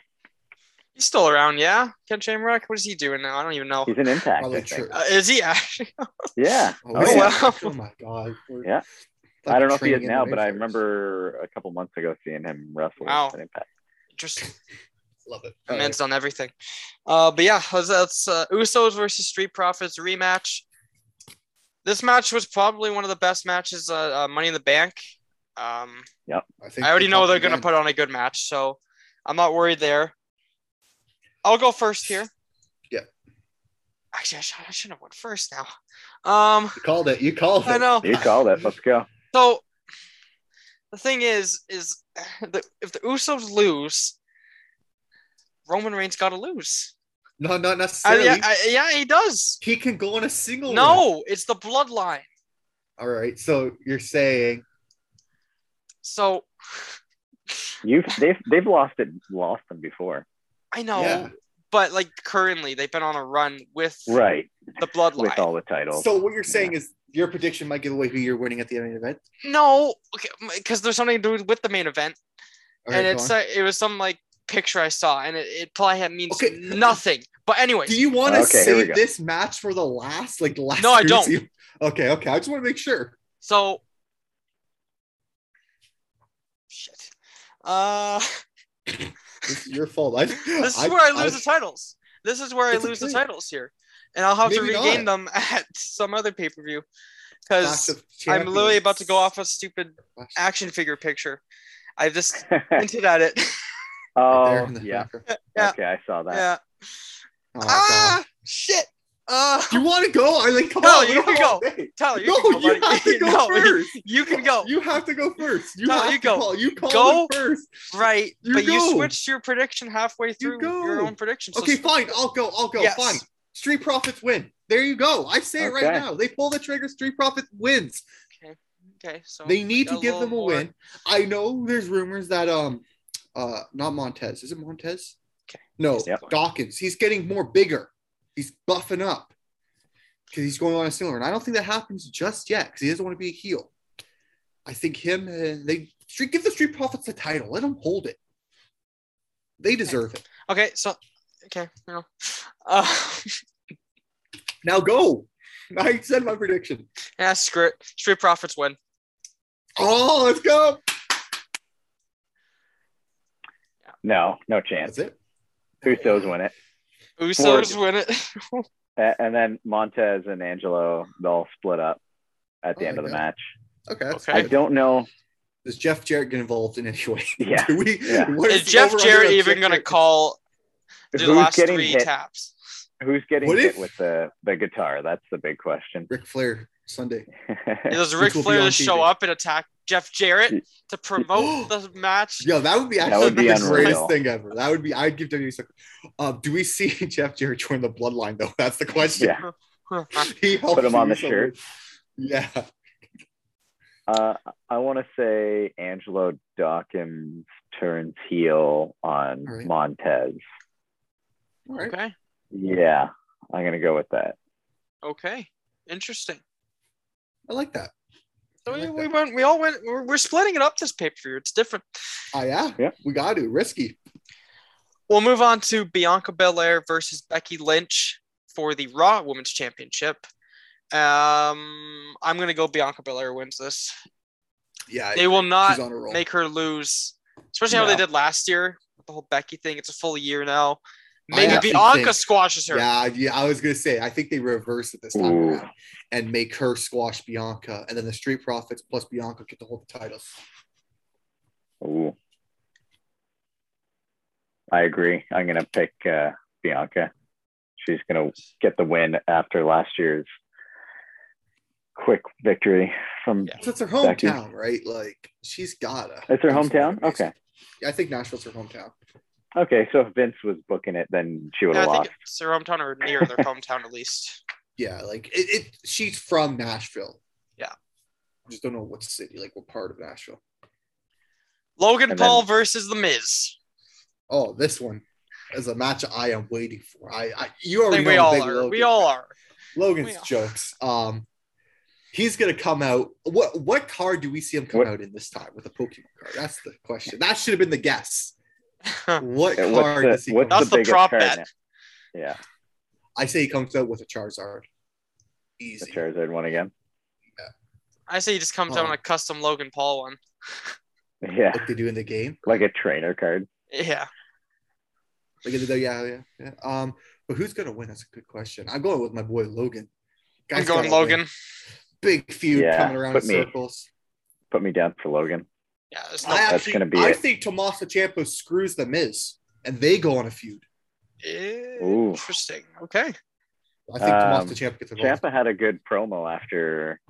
[SPEAKER 1] He's still around, yeah? Ken Shamrock? What is he doing now? I don't even know.
[SPEAKER 3] He's an impact. I
[SPEAKER 2] Probably true.
[SPEAKER 3] think.
[SPEAKER 1] Uh, is he (laughs) actually?
[SPEAKER 3] Yeah.
[SPEAKER 2] Oh,
[SPEAKER 3] Oh,
[SPEAKER 1] yeah.
[SPEAKER 3] yeah.
[SPEAKER 1] (laughs) wow.
[SPEAKER 2] oh my god. We're-
[SPEAKER 3] Yeah.
[SPEAKER 2] like
[SPEAKER 3] I don't know if he is
[SPEAKER 2] training
[SPEAKER 3] now, but I
[SPEAKER 2] innovators.
[SPEAKER 3] remember a couple months ago seeing him wrestle
[SPEAKER 1] Wow.
[SPEAKER 3] at Impact.
[SPEAKER 1] Just
[SPEAKER 2] Love it.
[SPEAKER 1] The
[SPEAKER 2] All
[SPEAKER 1] man's
[SPEAKER 2] right.
[SPEAKER 1] done everything. Uh, but yeah, that's- that's uh, Usos versus Street Profits rematch. This match was probably one of the best matches. Uh, uh, Money in the Bank. Um,
[SPEAKER 2] I, think
[SPEAKER 1] I already
[SPEAKER 2] we're
[SPEAKER 1] know they're going
[SPEAKER 2] talking
[SPEAKER 1] to
[SPEAKER 2] again.
[SPEAKER 1] put on a good match, so I'm not worried there. I'll go first here.
[SPEAKER 2] Yeah.
[SPEAKER 1] Actually, I, sh- I should have went first now. Um,
[SPEAKER 2] You called it. You called it.
[SPEAKER 1] I know.
[SPEAKER 3] You called it. Let's go.
[SPEAKER 1] So the thing is, is (sighs) the, if the Usos lose, Roman Reigns got to lose.
[SPEAKER 2] No, not
[SPEAKER 1] I,
[SPEAKER 2] necessarily.
[SPEAKER 1] yeah, I- yeah, he does.
[SPEAKER 2] he can go on a single. run.
[SPEAKER 1] No, it's the bloodline.
[SPEAKER 2] All right. So you're saying
[SPEAKER 1] So
[SPEAKER 3] You've they've they've lost it lost them before.
[SPEAKER 1] I know,
[SPEAKER 2] Yeah.
[SPEAKER 1] but like currently they've been on a run with
[SPEAKER 3] Right.
[SPEAKER 1] the bloodline.
[SPEAKER 3] With all the titles. (laughs)
[SPEAKER 2] so? What you're saying is your prediction might give away who you're winning at the end of the event.
[SPEAKER 1] no, because there's something to do with the main event,
[SPEAKER 2] All
[SPEAKER 1] and
[SPEAKER 2] right,
[SPEAKER 1] it's
[SPEAKER 2] go on.
[SPEAKER 1] uh, it was some like picture I saw, and it, it probably had- means
[SPEAKER 2] Okay.
[SPEAKER 1] nothing. But anyways,
[SPEAKER 2] do you want to
[SPEAKER 3] Okay, here we
[SPEAKER 2] save
[SPEAKER 3] go.
[SPEAKER 2] this match for the last? Like the last?
[SPEAKER 1] No, I
[SPEAKER 2] screw
[SPEAKER 1] don't.
[SPEAKER 2] you- Okay, okay. I just want to make sure.
[SPEAKER 1] so shit. Uh, (laughs)
[SPEAKER 2] This is your fault. I,
[SPEAKER 1] this is where I lose
[SPEAKER 2] I-
[SPEAKER 1] the titles. This is where I
[SPEAKER 2] It's
[SPEAKER 1] lose the
[SPEAKER 2] okay.
[SPEAKER 1] titles here, and I'll have
[SPEAKER 2] Maybe
[SPEAKER 1] to
[SPEAKER 2] not.
[SPEAKER 1] regain them (laughs) at some other pay per view
[SPEAKER 2] Clash
[SPEAKER 1] because
[SPEAKER 2] of
[SPEAKER 1] I'm literally about to go off
[SPEAKER 2] Champions.
[SPEAKER 1] a stupid
[SPEAKER 2] Clash-
[SPEAKER 1] action figure picture. I just hinted at it.
[SPEAKER 2] there
[SPEAKER 3] oh
[SPEAKER 2] in the
[SPEAKER 3] yeah.
[SPEAKER 2] background.
[SPEAKER 1] Yeah.
[SPEAKER 3] Okay, I saw that.
[SPEAKER 1] yeah.
[SPEAKER 2] Oh,
[SPEAKER 1] ah,
[SPEAKER 2] God.
[SPEAKER 1] shit. Uh,
[SPEAKER 2] You want to go? I like, come
[SPEAKER 1] No,
[SPEAKER 2] on.
[SPEAKER 1] you
[SPEAKER 2] we don't
[SPEAKER 1] can
[SPEAKER 2] have all
[SPEAKER 1] go.
[SPEAKER 2] day.
[SPEAKER 1] Tyler, you
[SPEAKER 2] no,
[SPEAKER 1] can go,
[SPEAKER 2] you
[SPEAKER 1] buddy.
[SPEAKER 2] have to
[SPEAKER 1] (laughs)
[SPEAKER 2] go
[SPEAKER 1] no,
[SPEAKER 2] first.
[SPEAKER 1] you can go.
[SPEAKER 2] You have to go first. You
[SPEAKER 1] No,
[SPEAKER 2] have
[SPEAKER 1] you
[SPEAKER 2] to
[SPEAKER 1] go.
[SPEAKER 2] call. You call
[SPEAKER 1] Go.
[SPEAKER 2] it first.
[SPEAKER 1] right,
[SPEAKER 2] You
[SPEAKER 1] but you
[SPEAKER 2] go.
[SPEAKER 1] switched your prediction halfway through your
[SPEAKER 2] go.
[SPEAKER 1] own prediction. So
[SPEAKER 2] Okay, fine. I'll go. I'll go.
[SPEAKER 1] Yes.
[SPEAKER 2] Fine. Street profits win. There you go. I say it
[SPEAKER 3] Okay.
[SPEAKER 2] right now. They pull the trigger. Street profits wins.
[SPEAKER 1] okay, so
[SPEAKER 2] They need
[SPEAKER 1] Oh, got
[SPEAKER 2] to
[SPEAKER 1] a
[SPEAKER 2] give
[SPEAKER 1] little
[SPEAKER 2] them a
[SPEAKER 1] more.
[SPEAKER 2] win. I know there's rumors that um, uh, not Montez. Is it Montez?
[SPEAKER 1] Okay.
[SPEAKER 2] No,
[SPEAKER 1] Yep.
[SPEAKER 2] Dawkins. He's getting more bigger. He's buffing up because he's going on a singular, and I don't think that happens just yet because he doesn't want to be a heel. I think him and they street give the street profits the title. Let them hold it. They deserve it.
[SPEAKER 1] Okay, so okay, you know, (laughs) uh,
[SPEAKER 2] Now go. (laughs) I said my prediction.
[SPEAKER 1] yeah, screw it. Street profits win.
[SPEAKER 2] Oh, let's go.
[SPEAKER 3] No, no chance.
[SPEAKER 2] That's it.
[SPEAKER 3] Usos win it.
[SPEAKER 1] Usos win it.
[SPEAKER 3] A- And then Montez and Angelo, they'll split up at the
[SPEAKER 2] Oh
[SPEAKER 3] end
[SPEAKER 2] my
[SPEAKER 3] of the
[SPEAKER 2] God.
[SPEAKER 3] match.
[SPEAKER 2] Okay. that's
[SPEAKER 1] Okay.
[SPEAKER 3] I
[SPEAKER 2] good.
[SPEAKER 3] don't know.
[SPEAKER 2] Does Jeff Jarrett get involved in any way?
[SPEAKER 3] Yeah.
[SPEAKER 2] (laughs) Do we,
[SPEAKER 3] Yeah.
[SPEAKER 2] what
[SPEAKER 1] Is
[SPEAKER 2] the
[SPEAKER 1] Jeff
[SPEAKER 2] over-under
[SPEAKER 1] Jarrett
[SPEAKER 2] of
[SPEAKER 1] even
[SPEAKER 2] Jeff
[SPEAKER 1] gonna
[SPEAKER 2] Jarrett?
[SPEAKER 1] call the
[SPEAKER 3] who's
[SPEAKER 1] last
[SPEAKER 3] getting
[SPEAKER 1] three
[SPEAKER 3] hit?
[SPEAKER 1] taps?
[SPEAKER 3] Who's getting
[SPEAKER 2] What
[SPEAKER 3] hit
[SPEAKER 2] if-
[SPEAKER 3] with the, the guitar? That's the big question. (laughs)
[SPEAKER 2] Ric Flair Sunday?
[SPEAKER 1] Does
[SPEAKER 2] Which
[SPEAKER 1] Ric
[SPEAKER 2] will be
[SPEAKER 1] Flair
[SPEAKER 2] on
[SPEAKER 1] just show
[SPEAKER 2] TV.
[SPEAKER 1] up and attack Jeff Jarrett to
[SPEAKER 2] (gasps)
[SPEAKER 1] promote the match?
[SPEAKER 2] Yo, that would be
[SPEAKER 3] That
[SPEAKER 2] actually
[SPEAKER 1] would be
[SPEAKER 2] the greatest
[SPEAKER 3] unreal.
[SPEAKER 2] thing ever. That would be. I'd give WWE. some- Uh, do we see (laughs) Jeff Jarrett join the Bloodline though? (laughs) That's the question.
[SPEAKER 3] yeah.
[SPEAKER 2] He helped
[SPEAKER 3] Put him on the
[SPEAKER 2] shirt. Yeah.
[SPEAKER 3] Uh, I want to say Angelo Dawkins turns heel on
[SPEAKER 2] All right.
[SPEAKER 3] Montez.
[SPEAKER 2] All right.
[SPEAKER 1] Okay.
[SPEAKER 3] Yeah, I'm gonna go with that.
[SPEAKER 1] Okay. Interesting.
[SPEAKER 2] I like that.
[SPEAKER 1] So
[SPEAKER 2] I
[SPEAKER 1] we,
[SPEAKER 2] like
[SPEAKER 1] we
[SPEAKER 2] that.
[SPEAKER 1] went. We all went. We're, we're splitting it up this pay per view. It's different.
[SPEAKER 2] Oh yeah.
[SPEAKER 3] Yeah.
[SPEAKER 2] We got to risky.
[SPEAKER 1] We'll move on to Bianca Belair versus Becky Lynch for the Raw Women's Championship. Um, I'm gonna go Bianca Belair wins this.
[SPEAKER 2] Yeah.
[SPEAKER 1] They will
[SPEAKER 2] she's
[SPEAKER 1] not
[SPEAKER 2] on a roll.
[SPEAKER 1] make her lose especially how
[SPEAKER 3] No.
[SPEAKER 1] they did last year with the whole Becky thing. It's a full year now.
[SPEAKER 2] I
[SPEAKER 1] Maybe
[SPEAKER 2] actually
[SPEAKER 1] Bianca
[SPEAKER 2] think-
[SPEAKER 1] squashes her.
[SPEAKER 2] Yeah, yeah, I was gonna say. I think they reverse it this time
[SPEAKER 3] Ooh.
[SPEAKER 2] around and make her squash Bianca, and then the Street Profits plus Bianca get to hold the titles.
[SPEAKER 3] Ooh. I agree. I'm gonna pick uh, Bianca. She's gonna get the win after last year's quick victory from.
[SPEAKER 1] Yeah.
[SPEAKER 2] So it's her
[SPEAKER 3] Becky.
[SPEAKER 2] hometown, right? Like she's gotta.
[SPEAKER 3] It's her
[SPEAKER 2] do something
[SPEAKER 3] hometown.
[SPEAKER 2] amazing.
[SPEAKER 3] Okay.
[SPEAKER 2] I think Nashville's her hometown.
[SPEAKER 3] Okay. So if Vince was booking it, then she would
[SPEAKER 1] Yeah,
[SPEAKER 3] have
[SPEAKER 1] I
[SPEAKER 3] lost.
[SPEAKER 1] think it's their hometown or near their hometown at least. (laughs)
[SPEAKER 2] Yeah, like it, it. She's from Nashville.
[SPEAKER 1] Yeah.
[SPEAKER 2] I just don't know what city, like what part of Nashville.
[SPEAKER 1] Logan
[SPEAKER 3] And
[SPEAKER 1] Paul
[SPEAKER 3] then-
[SPEAKER 1] versus The Miz.
[SPEAKER 2] Oh, this one is a match I am waiting for. I, I Oh, you
[SPEAKER 1] I
[SPEAKER 2] already
[SPEAKER 1] think
[SPEAKER 2] know
[SPEAKER 1] we
[SPEAKER 2] I'm
[SPEAKER 1] all
[SPEAKER 2] a big
[SPEAKER 1] are.
[SPEAKER 2] Logan
[SPEAKER 1] We all are.
[SPEAKER 2] Logan's
[SPEAKER 1] we all-
[SPEAKER 2] jokes. Um, he's gonna come out. What what card do we see him come
[SPEAKER 3] What-
[SPEAKER 2] out in this time with a Pokemon card? That's the question. That should have been
[SPEAKER 1] (laughs)
[SPEAKER 2] the guess. What
[SPEAKER 3] Yeah,
[SPEAKER 2] card
[SPEAKER 3] What's
[SPEAKER 2] does
[SPEAKER 3] the,
[SPEAKER 2] he come
[SPEAKER 3] what's
[SPEAKER 1] That's
[SPEAKER 3] the
[SPEAKER 1] the
[SPEAKER 3] biggest
[SPEAKER 1] prop
[SPEAKER 3] card
[SPEAKER 1] bet.
[SPEAKER 3] now? Yeah,
[SPEAKER 2] I say he comes out with a Charizard. Easy.
[SPEAKER 3] the Charizard one again. (laughs)
[SPEAKER 1] I say he just comes down
[SPEAKER 2] Oh.
[SPEAKER 1] on a custom Logan Paul one.
[SPEAKER 3] Yeah,
[SPEAKER 2] Like they do in the game.
[SPEAKER 3] like a trainer card.
[SPEAKER 1] Yeah.
[SPEAKER 2] Like in the yeah, yeah, yeah. Um, but who's gonna win? That's a good question. I'm going with my boy Logan.
[SPEAKER 1] I'm
[SPEAKER 2] Guy's
[SPEAKER 1] going
[SPEAKER 2] gotta win.
[SPEAKER 1] Logan.
[SPEAKER 2] Big feud
[SPEAKER 3] Yeah,
[SPEAKER 2] coming around in
[SPEAKER 3] put me-
[SPEAKER 2] circles.
[SPEAKER 3] Put me down for Logan.
[SPEAKER 1] Yeah, there's
[SPEAKER 2] I
[SPEAKER 1] no.
[SPEAKER 3] That's
[SPEAKER 2] actually,
[SPEAKER 3] gonna be
[SPEAKER 2] I
[SPEAKER 3] it.
[SPEAKER 2] think Tommaso Ciampa screws the Miz, and they go on a feud.
[SPEAKER 1] Ooh. Interesting. Okay.
[SPEAKER 2] I think
[SPEAKER 3] Um,
[SPEAKER 2] Tommaso Ciampa gets involved.
[SPEAKER 3] Champa had a good promo after.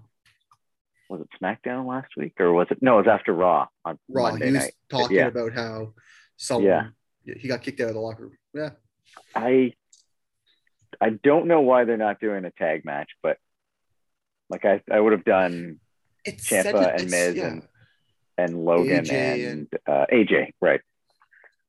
[SPEAKER 3] Was it SmackDown last week or was it? No, it was after Raw on
[SPEAKER 2] Raw,
[SPEAKER 3] Monday
[SPEAKER 2] he was
[SPEAKER 3] night.
[SPEAKER 2] talking
[SPEAKER 3] Yeah.
[SPEAKER 2] about how someone
[SPEAKER 3] Yeah.
[SPEAKER 2] yeah, he got kicked out of the locker room. Yeah,
[SPEAKER 3] I I don't know why they're not doing a tag match, but like I, I would have done
[SPEAKER 2] it's
[SPEAKER 3] Ciampa
[SPEAKER 2] such a-
[SPEAKER 3] and
[SPEAKER 2] it's-
[SPEAKER 3] Miz
[SPEAKER 2] yeah.
[SPEAKER 3] and- and Logan
[SPEAKER 2] AJ
[SPEAKER 3] and uh, AJ, right?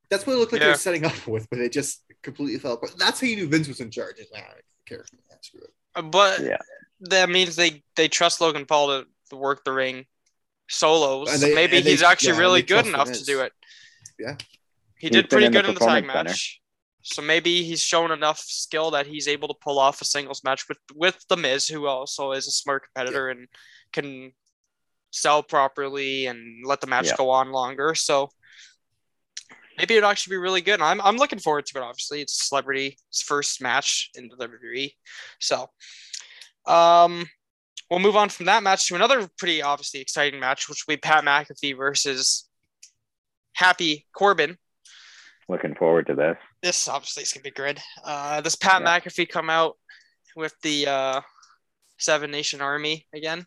[SPEAKER 2] that's what it looked like
[SPEAKER 1] Yeah.
[SPEAKER 2] they were setting up with, but it just completely fell apart. That's how you knew Vince was in charge. It's like, "Ah, I don't care. Yeah, screw it."
[SPEAKER 1] Uh, But
[SPEAKER 3] Yeah.
[SPEAKER 1] that means they they trust Logan Paul to, to work the ring solos.
[SPEAKER 2] And they-
[SPEAKER 1] Maybe
[SPEAKER 2] and they-
[SPEAKER 1] he's actually
[SPEAKER 2] yeah,
[SPEAKER 1] really
[SPEAKER 2] they
[SPEAKER 1] good
[SPEAKER 2] trust
[SPEAKER 1] enough
[SPEAKER 2] him
[SPEAKER 1] to
[SPEAKER 2] as-
[SPEAKER 1] do it.
[SPEAKER 2] Yeah.
[SPEAKER 1] He
[SPEAKER 3] He's
[SPEAKER 1] did
[SPEAKER 3] been
[SPEAKER 1] pretty
[SPEAKER 3] in the
[SPEAKER 1] good in the tag
[SPEAKER 3] Performance Center.
[SPEAKER 1] match. So maybe he's shown enough skill that he's able to pull off a singles match with with the Miz, who also is a smart competitor and can sell properly and let the match
[SPEAKER 3] Yeah.
[SPEAKER 1] go on longer. So maybe it'd actually be really good. I'm I'm looking forward to it. Obviously, it's a celebrity's first match in the WWE, so um, we'll move on from that match to another pretty obviously exciting match, which will be Pat McAfee versus Happy Corbin.
[SPEAKER 3] Looking forward to this.
[SPEAKER 1] This obviously is gonna be good. Uh, this Pat
[SPEAKER 3] Yeah.
[SPEAKER 1] McAfee come out with the uh, Seven Nation Army again.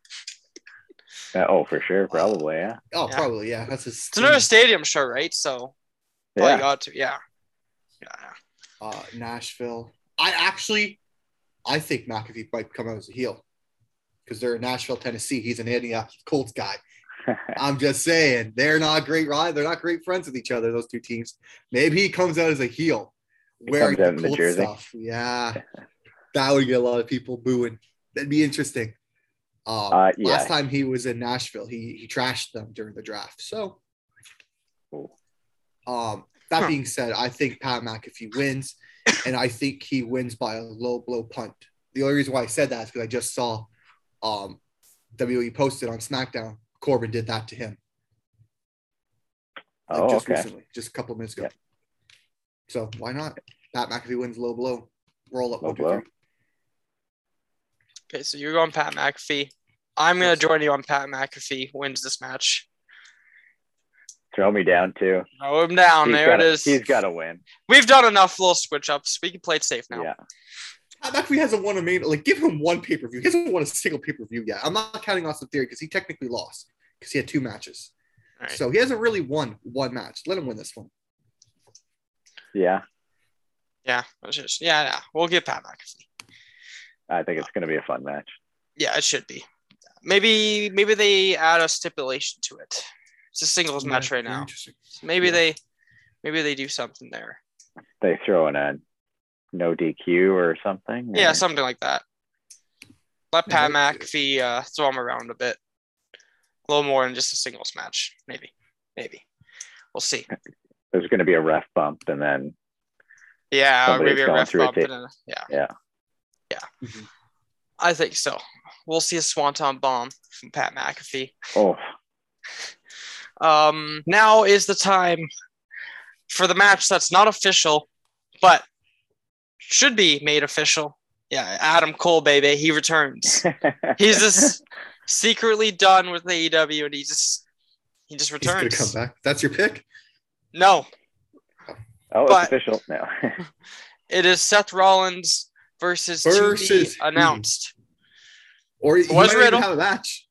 [SPEAKER 3] Uh, oh, for sure, probably, yeah.
[SPEAKER 2] Oh,
[SPEAKER 1] Yeah.
[SPEAKER 2] probably yeah. That's his.
[SPEAKER 1] It's another stadium show, right? So probably
[SPEAKER 3] Mm. Yeah.
[SPEAKER 1] got to yeah. Yeah.
[SPEAKER 2] uh, Nashville. I actually, I think McAfee might come out as a heel because they're in Nashville, Tennessee. He's an Indianapolis Colts guy.
[SPEAKER 3] (laughs)
[SPEAKER 2] I'm just saying they're not great rivals. They're not great friends with each other. Those two teams. Maybe he comes out as a heel, wearing
[SPEAKER 3] comes out
[SPEAKER 2] the
[SPEAKER 3] in the
[SPEAKER 2] Colts
[SPEAKER 3] jersey.
[SPEAKER 2] stuff. Yeah,
[SPEAKER 3] (laughs)
[SPEAKER 2] that would get a lot of people booing. That'd be interesting. Um,
[SPEAKER 3] Uh, yeah.
[SPEAKER 2] Last time he was in Nashville, he he trashed them during the draft. So,
[SPEAKER 3] Ooh.
[SPEAKER 2] um, that
[SPEAKER 1] Huh.
[SPEAKER 2] being said, I think Pat McAfee wins, and I think he wins by a low blow punt. The only reason why I said that is because I just saw, um, WWE posted on SmackDown. Corbin did that to him. Like
[SPEAKER 3] oh,
[SPEAKER 2] just
[SPEAKER 3] okay.
[SPEAKER 2] recently, just a couple minutes ago.
[SPEAKER 3] Yeah.
[SPEAKER 2] So why not? Pat McAfee wins low blow, roll up
[SPEAKER 3] Low
[SPEAKER 2] one, two,
[SPEAKER 3] blow.
[SPEAKER 2] three.
[SPEAKER 1] Okay, so you're going Pat McAfee. I'm gonna
[SPEAKER 2] Yes.
[SPEAKER 1] join you on Pat McAfee wins this match.
[SPEAKER 3] Throw me down too.
[SPEAKER 1] Throw him down.
[SPEAKER 3] He's
[SPEAKER 1] Oh, there
[SPEAKER 3] gotta-
[SPEAKER 1] it is.
[SPEAKER 3] He's got to win.
[SPEAKER 1] We've done enough little switch ups. We can play it safe now.
[SPEAKER 3] Yeah.
[SPEAKER 2] Pat McAfee hasn't won a main. Like give him one pay per view. He hasn't won a single pay per view yet. I'm not counting Austin Theory because he technically lost because he had two matches.
[SPEAKER 1] All right.
[SPEAKER 2] So he hasn't really won one match. Let him win this one.
[SPEAKER 3] Yeah.
[SPEAKER 1] Yeah, it was just- yeah, yeah. We'll get Pat McAfee.
[SPEAKER 3] I think it's going to be a fun match.
[SPEAKER 1] Yeah, it should be. Maybe maybe they add a stipulation to it. It's a singles match right
[SPEAKER 2] Very
[SPEAKER 1] now.
[SPEAKER 2] Interesting.
[SPEAKER 1] Maybe
[SPEAKER 2] Yeah.
[SPEAKER 1] they maybe they do something there.
[SPEAKER 3] They throw in a no DQ or something.
[SPEAKER 1] Yeah,
[SPEAKER 3] or-
[SPEAKER 1] something like that. Let
[SPEAKER 2] Yeah,
[SPEAKER 1] Pat McAfee uh, throw him around a bit, a little more than just a singles match. Maybe, maybe we'll see.
[SPEAKER 3] there's going to be a ref bump, and then
[SPEAKER 1] Yeah,
[SPEAKER 3] Somebody's
[SPEAKER 1] maybe a
[SPEAKER 3] going
[SPEAKER 1] ref
[SPEAKER 3] through a
[SPEAKER 1] bump.
[SPEAKER 3] tape.
[SPEAKER 1] and a- yeah,
[SPEAKER 3] Yeah.
[SPEAKER 1] yeah.
[SPEAKER 2] Mhm.
[SPEAKER 1] I think so. We'll see a swanton bomb from Pat McAfee.
[SPEAKER 3] oh,
[SPEAKER 1] Um, now is the time for the match that's not official, but should be made official. Yeah, Adam Cole, baby, he returns.
[SPEAKER 3] (laughs)
[SPEAKER 1] He's
[SPEAKER 2] (laughs)
[SPEAKER 1] just secretly done with the AEW, and he just he just
[SPEAKER 2] He's gonna come
[SPEAKER 1] returns.
[SPEAKER 2] back. That's your pick.
[SPEAKER 1] No,
[SPEAKER 3] oh, it's
[SPEAKER 1] but-
[SPEAKER 3] official now. (laughs)
[SPEAKER 1] it is Seth Rollins versus,
[SPEAKER 2] Versus
[SPEAKER 1] to
[SPEAKER 2] who?
[SPEAKER 1] be announced.
[SPEAKER 2] Or he
[SPEAKER 1] Was
[SPEAKER 2] might not even
[SPEAKER 1] Riddle.
[SPEAKER 2] have a match.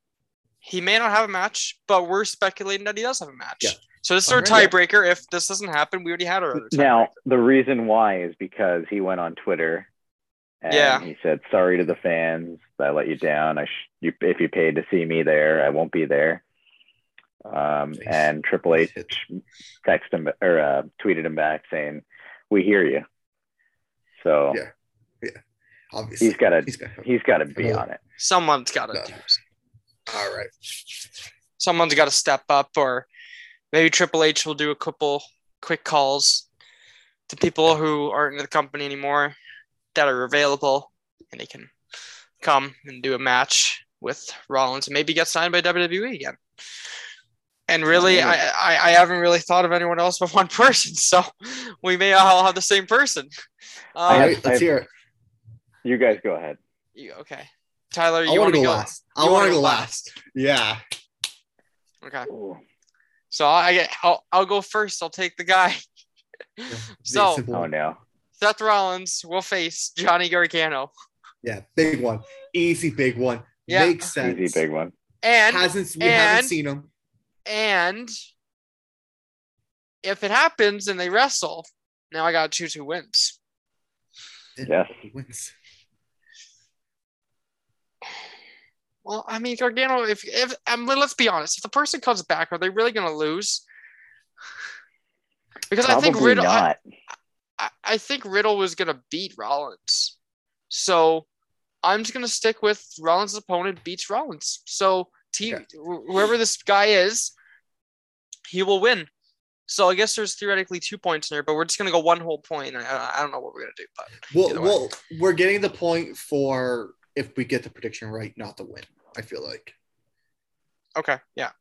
[SPEAKER 1] He may not have a match, but we're speculating that he does have a match.
[SPEAKER 2] Yeah.
[SPEAKER 1] So this is our
[SPEAKER 2] Alright.
[SPEAKER 1] tiebreaker. If this doesn't happen, we already had our other tiebreaker.
[SPEAKER 3] now, the reason why is because he went on Twitter and
[SPEAKER 1] Yeah.
[SPEAKER 3] he said, "Sorry to the fans, I let you down. I sh- you, if you paid to see me there, I won't be there." Um,
[SPEAKER 2] Nice.
[SPEAKER 3] and Triple H texted him or uh, tweeted him back saying, "We hear you." So
[SPEAKER 2] Yeah. Obviously,
[SPEAKER 3] he's got to
[SPEAKER 2] he's got. to
[SPEAKER 3] he's got to be
[SPEAKER 2] Hello.
[SPEAKER 3] on it.
[SPEAKER 1] Someone's got to
[SPEAKER 2] No.
[SPEAKER 1] do it.
[SPEAKER 2] All right.
[SPEAKER 1] Someone's got to step up, or maybe Triple H will do a couple quick calls to people who aren't in the company anymore that are available, and they can come and do a match with Rollins and maybe get signed by WWE again. And really, I, I, I haven't really thought of anyone else (laughs) but one person, so we may all have the same person.
[SPEAKER 2] All
[SPEAKER 1] Um,
[SPEAKER 2] right.
[SPEAKER 3] have- I
[SPEAKER 2] Let's
[SPEAKER 3] have-
[SPEAKER 2] hear it.
[SPEAKER 3] You guys go ahead.
[SPEAKER 1] you- okay, Tyler,
[SPEAKER 2] I
[SPEAKER 1] you
[SPEAKER 2] want
[SPEAKER 1] want
[SPEAKER 2] to go,
[SPEAKER 1] go?
[SPEAKER 2] last. I
[SPEAKER 1] you
[SPEAKER 2] want
[SPEAKER 1] wanna
[SPEAKER 2] to
[SPEAKER 1] go
[SPEAKER 2] go last. Yeah.
[SPEAKER 1] Okay.
[SPEAKER 3] Ooh.
[SPEAKER 1] So I I'll, I'll go first. I'll take the guy. (laughs) so
[SPEAKER 2] Simple
[SPEAKER 3] Oh
[SPEAKER 2] one.
[SPEAKER 3] no.
[SPEAKER 1] Seth Rollins will face Johnny Gargano,
[SPEAKER 2] Yeah, big one. Easy big one.
[SPEAKER 1] Yeah.
[SPEAKER 2] Makes sense.
[SPEAKER 3] Easy big one.
[SPEAKER 1] and
[SPEAKER 2] Hasn't we
[SPEAKER 1] and-
[SPEAKER 2] haven't seen him.
[SPEAKER 1] and if it happens and they wrestle, now I got to choose who wins.
[SPEAKER 3] Yes.
[SPEAKER 2] He wins.
[SPEAKER 1] Well, I mean Gargano. If if I mean, let's be honest, if the person comes back, are they really going to lose? Because I
[SPEAKER 3] Probably
[SPEAKER 1] think Riddle. I-
[SPEAKER 3] not.
[SPEAKER 1] I, I think Riddle was gonna beat Rollins. So I'm just gonna stick with Rollins' opponent beats Rollins. So team
[SPEAKER 2] Okay.
[SPEAKER 1] wh- whoever this guy is, he will win. So I guess there's theoretically two points in here, but we're just gonna go one whole point. I- I, I don't know what we're gonna do, but
[SPEAKER 2] Well,
[SPEAKER 1] Either way.
[SPEAKER 2] well, we're getting the point for if we get the prediction right, not the win. I feel like.
[SPEAKER 1] okay, yeah.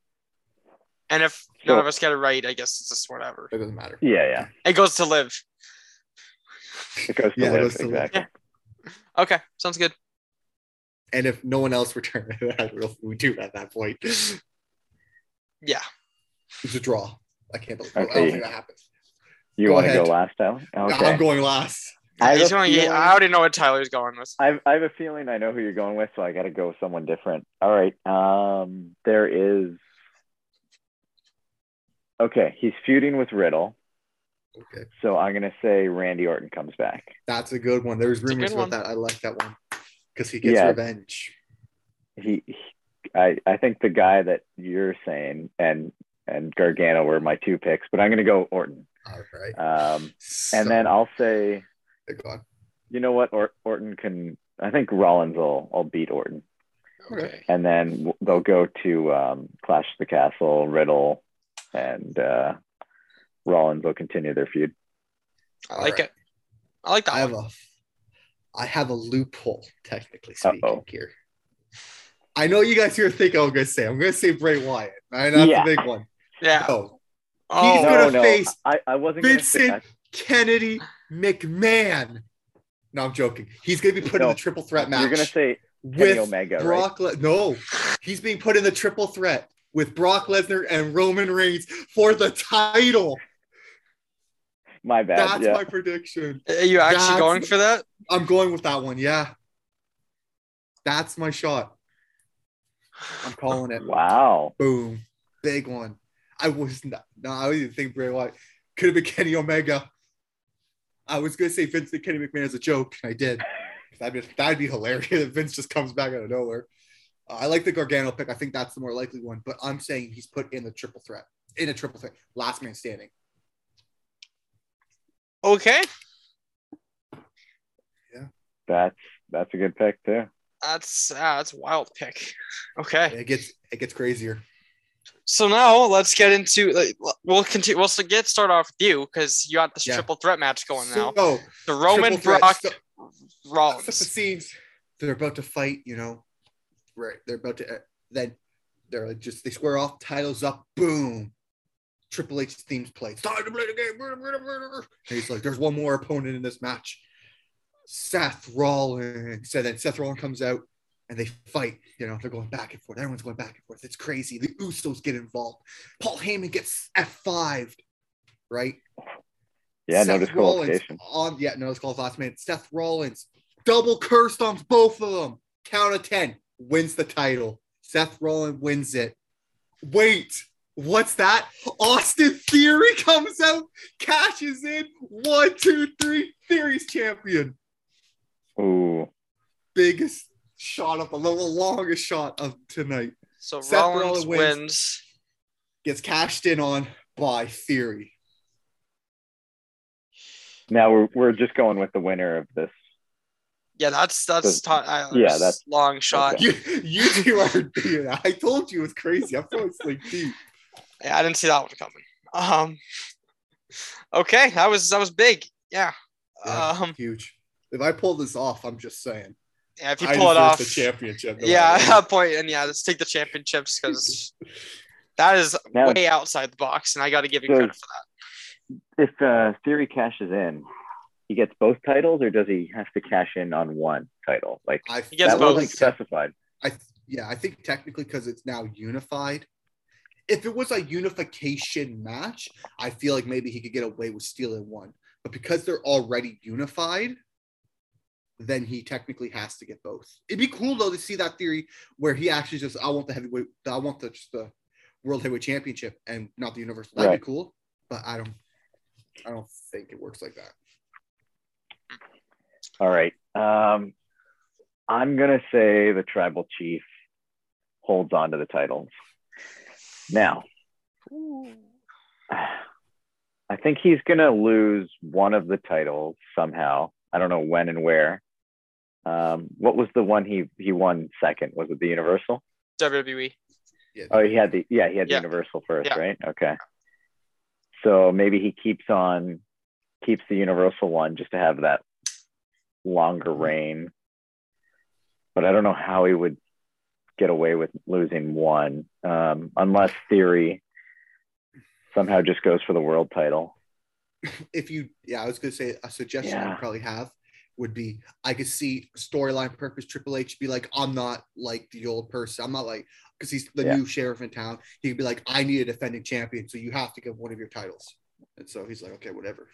[SPEAKER 1] And if none of us get it right, I guess it's just whatever.
[SPEAKER 2] It doesn't matter.
[SPEAKER 3] Yeah, yeah.
[SPEAKER 1] It goes to live.
[SPEAKER 3] It goes to
[SPEAKER 2] Yeah, it
[SPEAKER 3] live,
[SPEAKER 2] goes to live.
[SPEAKER 3] exactly.
[SPEAKER 1] Okay, sounds good.
[SPEAKER 2] And if no one else (laughs) returns, I don't know if we do at that point. It's
[SPEAKER 1] Yeah.
[SPEAKER 2] a draw. I can't believe. I
[SPEAKER 3] Okay.
[SPEAKER 2] don't think that happens.
[SPEAKER 3] You
[SPEAKER 2] Go
[SPEAKER 3] want to go
[SPEAKER 2] ahead.
[SPEAKER 3] last,
[SPEAKER 2] (laughs)
[SPEAKER 3] Tyler? Okay.
[SPEAKER 2] I'm going last.
[SPEAKER 3] I have
[SPEAKER 1] He's
[SPEAKER 3] a
[SPEAKER 1] going
[SPEAKER 3] feeling-
[SPEAKER 1] I already know what Tyler's going with.
[SPEAKER 3] I've, I have a feeling I know who you're going with, so I got to go with someone different. All right. Um, there is. Okay, he's feuding with Riddle,
[SPEAKER 2] Okay,
[SPEAKER 3] so I'm gonna say Randy Orton comes back.
[SPEAKER 2] that's a good one. There's
[SPEAKER 1] a
[SPEAKER 2] rumors
[SPEAKER 1] good
[SPEAKER 2] about
[SPEAKER 1] one.
[SPEAKER 2] that. I like that one because he gets
[SPEAKER 3] Yeah.
[SPEAKER 2] revenge.
[SPEAKER 3] He, he I, I think the guy that you're saying and and Gargano were my two picks, but I'm gonna go Orton.
[SPEAKER 2] All right.
[SPEAKER 3] Um, and then I'll say,
[SPEAKER 2] God.
[SPEAKER 3] you know what, or- Orton can. I think Rollins will, will beat Orton.
[SPEAKER 2] Okay.
[SPEAKER 3] and then w- they'll go to um, Clash of the Castle, Riddle, and uh, Rollins will continue their feud.
[SPEAKER 1] I
[SPEAKER 2] All
[SPEAKER 1] like
[SPEAKER 2] right.
[SPEAKER 1] it. I like that.
[SPEAKER 2] I
[SPEAKER 1] one.
[SPEAKER 2] have a I have a loophole, technically speaking,
[SPEAKER 3] Uh-oh.
[SPEAKER 2] here. I know you guys here think I'm gonna say. I'm gonna say Bray Wyatt. All right, that's
[SPEAKER 3] Yeah.
[SPEAKER 2] the big one.
[SPEAKER 1] Yeah.
[SPEAKER 2] No.
[SPEAKER 1] Oh,
[SPEAKER 2] He's gonna face
[SPEAKER 3] I, I wasn't gonna
[SPEAKER 2] Vincent
[SPEAKER 3] say
[SPEAKER 2] Kennedy McMahon. No, I'm joking. He's gonna be put in
[SPEAKER 3] No.
[SPEAKER 2] the triple threat
[SPEAKER 3] that.
[SPEAKER 2] match
[SPEAKER 3] You're gonna say Kenny
[SPEAKER 2] with
[SPEAKER 3] Omega, right?
[SPEAKER 2] Brock. Le- no, he's being put in the triple threat with Brock Lesnar and Roman Reigns for the title.
[SPEAKER 3] My bad.
[SPEAKER 2] That's
[SPEAKER 3] yeah.
[SPEAKER 2] my prediction.
[SPEAKER 1] Are Uh, you actually
[SPEAKER 2] That's-
[SPEAKER 1] going for that?
[SPEAKER 2] I'm going with that one. Yeah, that's my shot. I'm calling it.
[SPEAKER 3] Wow.
[SPEAKER 2] Boom. Big one. I was not, no, I didn't think Bray Wyatt could have been Kenny Omega. I was gonna say Vince and Kenny McMahon as a joke, and I did. That'd be, that'd be hilarious if Vince just comes back out of nowhere. Uh, I like the Gargano pick. I think that's the more likely one, but I'm saying he's put in the triple threat, in a triple threat, last man standing.
[SPEAKER 1] Okay.
[SPEAKER 3] That's that's a good pick too.
[SPEAKER 1] That's uh, that's a wild pick. Okay.
[SPEAKER 2] It gets it gets crazier.
[SPEAKER 1] So now let's get into like, we'll continue we'll so get start off with you because you got this
[SPEAKER 2] Yeah.
[SPEAKER 1] triple threat match going now.
[SPEAKER 2] So,
[SPEAKER 1] The Roman
[SPEAKER 2] triple threat.
[SPEAKER 1] Brock
[SPEAKER 2] So- Set the (laughs)
[SPEAKER 1] Rollins.
[SPEAKER 2] scenes. They're about to fight, you know. uh, Right. They're about to. Then they're like just they square off. Titles up. Boom. Triple H themes play. It's time to play the game. And he's like, there's one more opponent in this match. Seth Rollins. And then Seth Rollins comes out and they fight. You know, they're going back and forth. Everyone's going back and forth. It's crazy. The Usos get involved. Paul Heyman gets F5'd, right?
[SPEAKER 3] Yeah,
[SPEAKER 2] Seth
[SPEAKER 3] no disqualification.
[SPEAKER 2] Rollins on yeah, no disqualification last minute. Seth Rollins double curse stomps both of them. Count of ten wins the title. Seth Rollins wins it. Wait, what's that? Austin Theory comes out, cashes in. One, two, three. Theory's champion.
[SPEAKER 3] Ooh,
[SPEAKER 2] Biggest shot of the the longest shot of tonight
[SPEAKER 1] So
[SPEAKER 2] Seth
[SPEAKER 1] Rollins
[SPEAKER 2] Rollins
[SPEAKER 1] wins.
[SPEAKER 2] wins. gets cashed in on by Theory. (laughs)
[SPEAKER 3] now we're we're just going with the winner of this.
[SPEAKER 1] Yeah, that's that's
[SPEAKER 3] Does-
[SPEAKER 1] t- I,
[SPEAKER 3] yeah,
[SPEAKER 1] yeah, that's
[SPEAKER 3] that's-
[SPEAKER 1] long shot.
[SPEAKER 2] You, you two are. dude, I told you it was crazy. I'm falling asleep deep.
[SPEAKER 1] Yeah, I didn't see that one coming. Um, okay, that was that was big. Yeah.
[SPEAKER 2] Yeah.
[SPEAKER 1] Um,
[SPEAKER 2] Huge. If I pull this off, I'm just saying.
[SPEAKER 1] yeah, if you
[SPEAKER 2] I
[SPEAKER 1] pull it
[SPEAKER 2] deserve
[SPEAKER 1] off,
[SPEAKER 2] the championship. no
[SPEAKER 1] yeah, (laughs) at
[SPEAKER 2] matter what.
[SPEAKER 1] that point, and yeah, let's take the championships
[SPEAKER 2] (laughs)
[SPEAKER 1] because that is
[SPEAKER 3] Now,
[SPEAKER 1] way outside the box, and I got to give you
[SPEAKER 3] So-
[SPEAKER 1] credit for
[SPEAKER 3] if uh, Theory cashes in, he gets both titles, or does he have to cash in on one title? Like
[SPEAKER 1] (laughs)
[SPEAKER 2] I,
[SPEAKER 1] He gets
[SPEAKER 3] that
[SPEAKER 1] both.
[SPEAKER 3] wasn't specified.
[SPEAKER 2] I yeah, I think technically because it's now unified. If it was a unification match, I feel like maybe he could get away with stealing one. But because they're already unified, then he technically has to get both. It'd be cool though to see that theory where he actually just I want the heavyweight, I want the just the world heavyweight championship and not the universal. That'd
[SPEAKER 3] Right.
[SPEAKER 2] be cool. But I don't, I don't think it works like that.
[SPEAKER 3] All right. Um, I'm gonna say the tribal chief holds on to the titles. Now,
[SPEAKER 1] that. Ooh.
[SPEAKER 3] I think he's gonna lose one of the titles somehow. I don't know when and where. Um, what was the one he he won second? Was it the Universal?
[SPEAKER 1] WWE.
[SPEAKER 2] Yeah.
[SPEAKER 3] Oh, he had the yeah, he had the
[SPEAKER 1] Yeah.
[SPEAKER 3] Universal first,
[SPEAKER 1] Yeah.
[SPEAKER 3] right? Okay. So maybe he keeps on keeps the Universal one just to have that longer
[SPEAKER 1] Mm-hmm.
[SPEAKER 3] reign. But I don't know how he would get away with losing one, um, unless Theory somehow just goes for the world title.
[SPEAKER 2] if you yeah i was going to say a suggestion
[SPEAKER 3] Yeah.
[SPEAKER 2] i'd probably have would be i could see storyline purpose triple h be like i'm not like the old person i'm not like because he's the
[SPEAKER 3] Yeah.
[SPEAKER 2] new sheriff in town he could be like i need a defending champion so you have to give one of your titles and so he's like okay whatever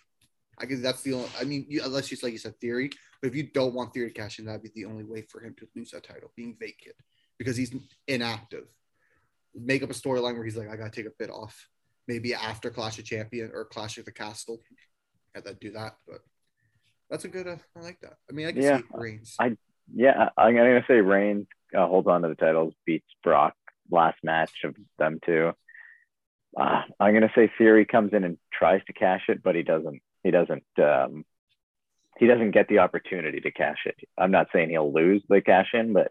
[SPEAKER 2] i guess that's the only i mean you, unless it's like you said theory but if you don't want theory to cash in that'd be the only way for him to lose that title being vacant because he's inactive make up a storyline where he's like i gotta take a bit off maybe after clash of champion or clash of the castle had that do that, but that's a good. Uh, I like that. I mean, I can
[SPEAKER 3] Yeah.
[SPEAKER 2] see Reigns.
[SPEAKER 3] I- Yeah, I- I'm gonna say Reigns uh, holds on to the titles, beats Brock last match of them two. Uh, I'm gonna say Theory comes in and tries to cash it, but he doesn't. He doesn't. Um, he doesn't get the opportunity to cash it. I'm not saying he'll lose the cash in, but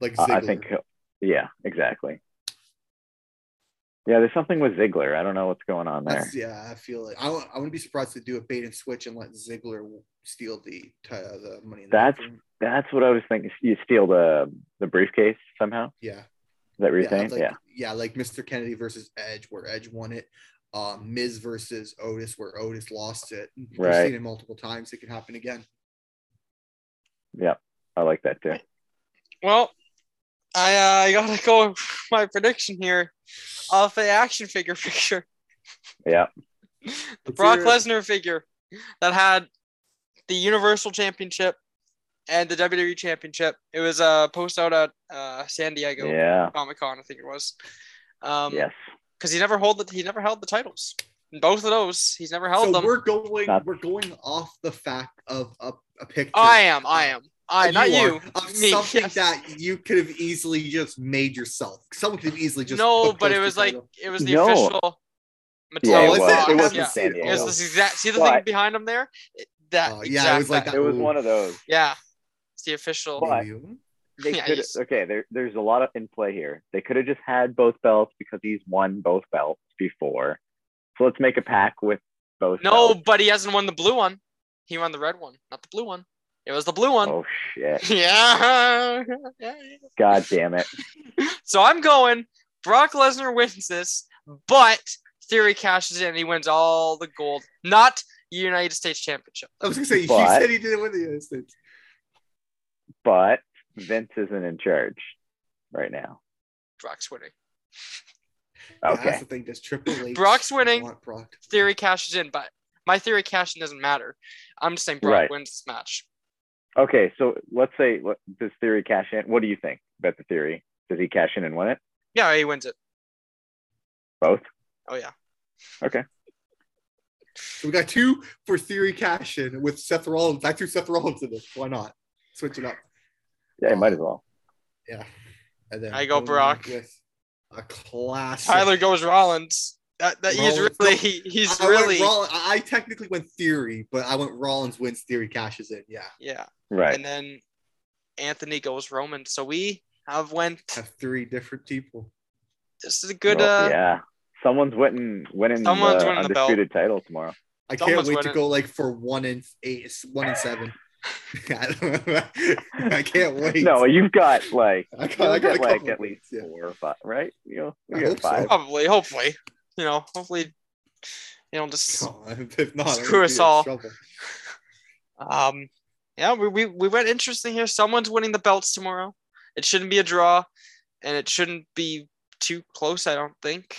[SPEAKER 2] Like
[SPEAKER 3] I-
[SPEAKER 2] Ziggler.
[SPEAKER 3] I think. he'll- Yeah, exactly. Yeah, there's something with Ziggler. I don't know what's going on there.
[SPEAKER 2] That's, yeah, I feel like I, w- I wouldn't be surprised to do a bait and switch and let Ziggler steal the ti- uh, the money. In the
[SPEAKER 3] That's-
[SPEAKER 2] Bank.
[SPEAKER 3] That's what I was thinking. You steal the the briefcase somehow. Is
[SPEAKER 2] yeah,
[SPEAKER 3] that what you're
[SPEAKER 2] yeah,
[SPEAKER 3] saying?
[SPEAKER 2] like,
[SPEAKER 3] yeah.
[SPEAKER 2] yeah, like Mr. Kennedy versus Edge, where Edge won it. Um, Miz versus Otis, where Otis lost it. We've
[SPEAKER 3] Right.
[SPEAKER 2] seen it multiple times. It can happen again.
[SPEAKER 3] I like that too.
[SPEAKER 1] Well, I uh, I gotta go (laughs) with my prediction here off the action figure (laughs) picture,
[SPEAKER 3] Yeah.
[SPEAKER 1] the
[SPEAKER 2] What's
[SPEAKER 1] Brock
[SPEAKER 2] your-
[SPEAKER 1] Lesnar figure that had the Universal Championship and the WWE Championship. It was uh, post out at uh, San Diego
[SPEAKER 3] Yeah.
[SPEAKER 1] Comic Con, I think it was. Um,
[SPEAKER 3] yes.
[SPEAKER 1] because he never hold the, he never held the titles. In both of those, he's never held
[SPEAKER 2] So
[SPEAKER 1] them.
[SPEAKER 2] we're going
[SPEAKER 3] Not-
[SPEAKER 2] we're going off the fact of a, a picture.
[SPEAKER 1] Oh, I am, I am, I
[SPEAKER 2] Uh,
[SPEAKER 1] not you.
[SPEAKER 2] are, of
[SPEAKER 1] me,
[SPEAKER 2] something
[SPEAKER 1] yes.
[SPEAKER 2] that you could have easily just made yourself. Someone could have easily just
[SPEAKER 1] no,
[SPEAKER 2] put
[SPEAKER 1] but
[SPEAKER 2] those
[SPEAKER 1] it was like
[SPEAKER 2] together.
[SPEAKER 1] it was the
[SPEAKER 3] No.
[SPEAKER 1] official.
[SPEAKER 3] Yeah,
[SPEAKER 1] Mattel
[SPEAKER 3] it
[SPEAKER 2] was.
[SPEAKER 1] box,
[SPEAKER 2] It
[SPEAKER 3] was.
[SPEAKER 2] wasn't
[SPEAKER 3] not
[SPEAKER 1] yeah.
[SPEAKER 3] San
[SPEAKER 1] It
[SPEAKER 3] Diego.
[SPEAKER 1] was this exact. See the thing
[SPEAKER 3] But-
[SPEAKER 1] behind him there. It- that
[SPEAKER 2] Oh,
[SPEAKER 1] exact.
[SPEAKER 2] yeah, it was like
[SPEAKER 1] that.
[SPEAKER 2] that.
[SPEAKER 3] It was one
[SPEAKER 1] (laughs)
[SPEAKER 3] of those.
[SPEAKER 1] Yeah, it's the official.
[SPEAKER 3] But- They
[SPEAKER 1] Yeah,
[SPEAKER 3] could
[SPEAKER 1] he's-
[SPEAKER 3] okay. There, there's a lot of in play here. They could have just had both belts because he's won both belts before. So let's make a pack with both.
[SPEAKER 1] No,
[SPEAKER 3] belts.
[SPEAKER 1] but he hasn't won the blue one. He won the red one, not the blue one. It was the blue one.
[SPEAKER 3] Oh shit!
[SPEAKER 1] (laughs) Yeah.
[SPEAKER 3] God damn it!
[SPEAKER 1] So I'm going. Brock Lesnar wins this, but Theory cashes in and he wins all the gold, not United States Championship.
[SPEAKER 2] I was gonna say you
[SPEAKER 3] But-
[SPEAKER 2] said he didn't win the United States.
[SPEAKER 3] but Vince isn't in charge right now.
[SPEAKER 1] Brock's winning.
[SPEAKER 2] Yeah,
[SPEAKER 3] Okay.
[SPEAKER 2] that's the thing. Does Triple H
[SPEAKER 1] Brock's winning.
[SPEAKER 2] want Brock?
[SPEAKER 1] Theory cashes in, but my theory cash in doesn't matter. I'm just saying Brock
[SPEAKER 3] Right.
[SPEAKER 1] wins this match.
[SPEAKER 3] Okay, so let's say let, does Theory cash in? What do you think about the Theory? Does he cash in and win it?
[SPEAKER 1] Yeah, he wins it.
[SPEAKER 3] Both?
[SPEAKER 1] Oh
[SPEAKER 3] (laughs)
[SPEAKER 1] yeah.
[SPEAKER 2] So we got two for theory cash in with Seth Rollins. I threw Seth Rollins in this. Why not switch it up?
[SPEAKER 3] Yeah, he might as well.
[SPEAKER 2] Yeah. And then
[SPEAKER 1] I go
[SPEAKER 2] going
[SPEAKER 1] Brock.
[SPEAKER 2] with a classic.
[SPEAKER 1] Tyler goes Rollins. That, that he's
[SPEAKER 2] Rollins.
[SPEAKER 1] really he, he's
[SPEAKER 2] I went
[SPEAKER 1] really
[SPEAKER 2] Roll- I I technically went theory, but I went Rollins wins theory cashes in. Yeah.
[SPEAKER 1] yeah.
[SPEAKER 3] Right.
[SPEAKER 1] And then Anthony goes Roman. So we have went.
[SPEAKER 2] Have three different people.
[SPEAKER 1] This is a good.
[SPEAKER 3] Well,
[SPEAKER 1] uh,
[SPEAKER 3] yeah. Someone's winning winning
[SPEAKER 1] Someone's
[SPEAKER 3] the
[SPEAKER 1] winning the belt.
[SPEAKER 3] undisputed title tomorrow.
[SPEAKER 2] I
[SPEAKER 1] Someone's
[SPEAKER 2] can't wait
[SPEAKER 1] winning.
[SPEAKER 2] to go like for one and eight, one and seven. (laughs) I, don't know. I can't wait.
[SPEAKER 3] No, you've got like
[SPEAKER 2] (laughs) I
[SPEAKER 3] you
[SPEAKER 2] got, I got
[SPEAKER 3] have got
[SPEAKER 2] a
[SPEAKER 3] like
[SPEAKER 2] couple
[SPEAKER 3] at least
[SPEAKER 2] yeah.
[SPEAKER 3] four or five, right? You know,
[SPEAKER 2] I
[SPEAKER 3] we got
[SPEAKER 2] hope so.
[SPEAKER 3] five.
[SPEAKER 1] Probably. Hopefully. You know. Hopefully. You know. Just.
[SPEAKER 2] No, (laughs) if not, I'm
[SPEAKER 1] Screw
[SPEAKER 2] gonna be
[SPEAKER 1] us
[SPEAKER 2] in
[SPEAKER 1] all.
[SPEAKER 2] trouble.
[SPEAKER 1] Um, yeah, we, we, we went interesting here. Someone's winning the belts tomorrow. It shouldn't be a draw, and it shouldn't be too close, I don't think.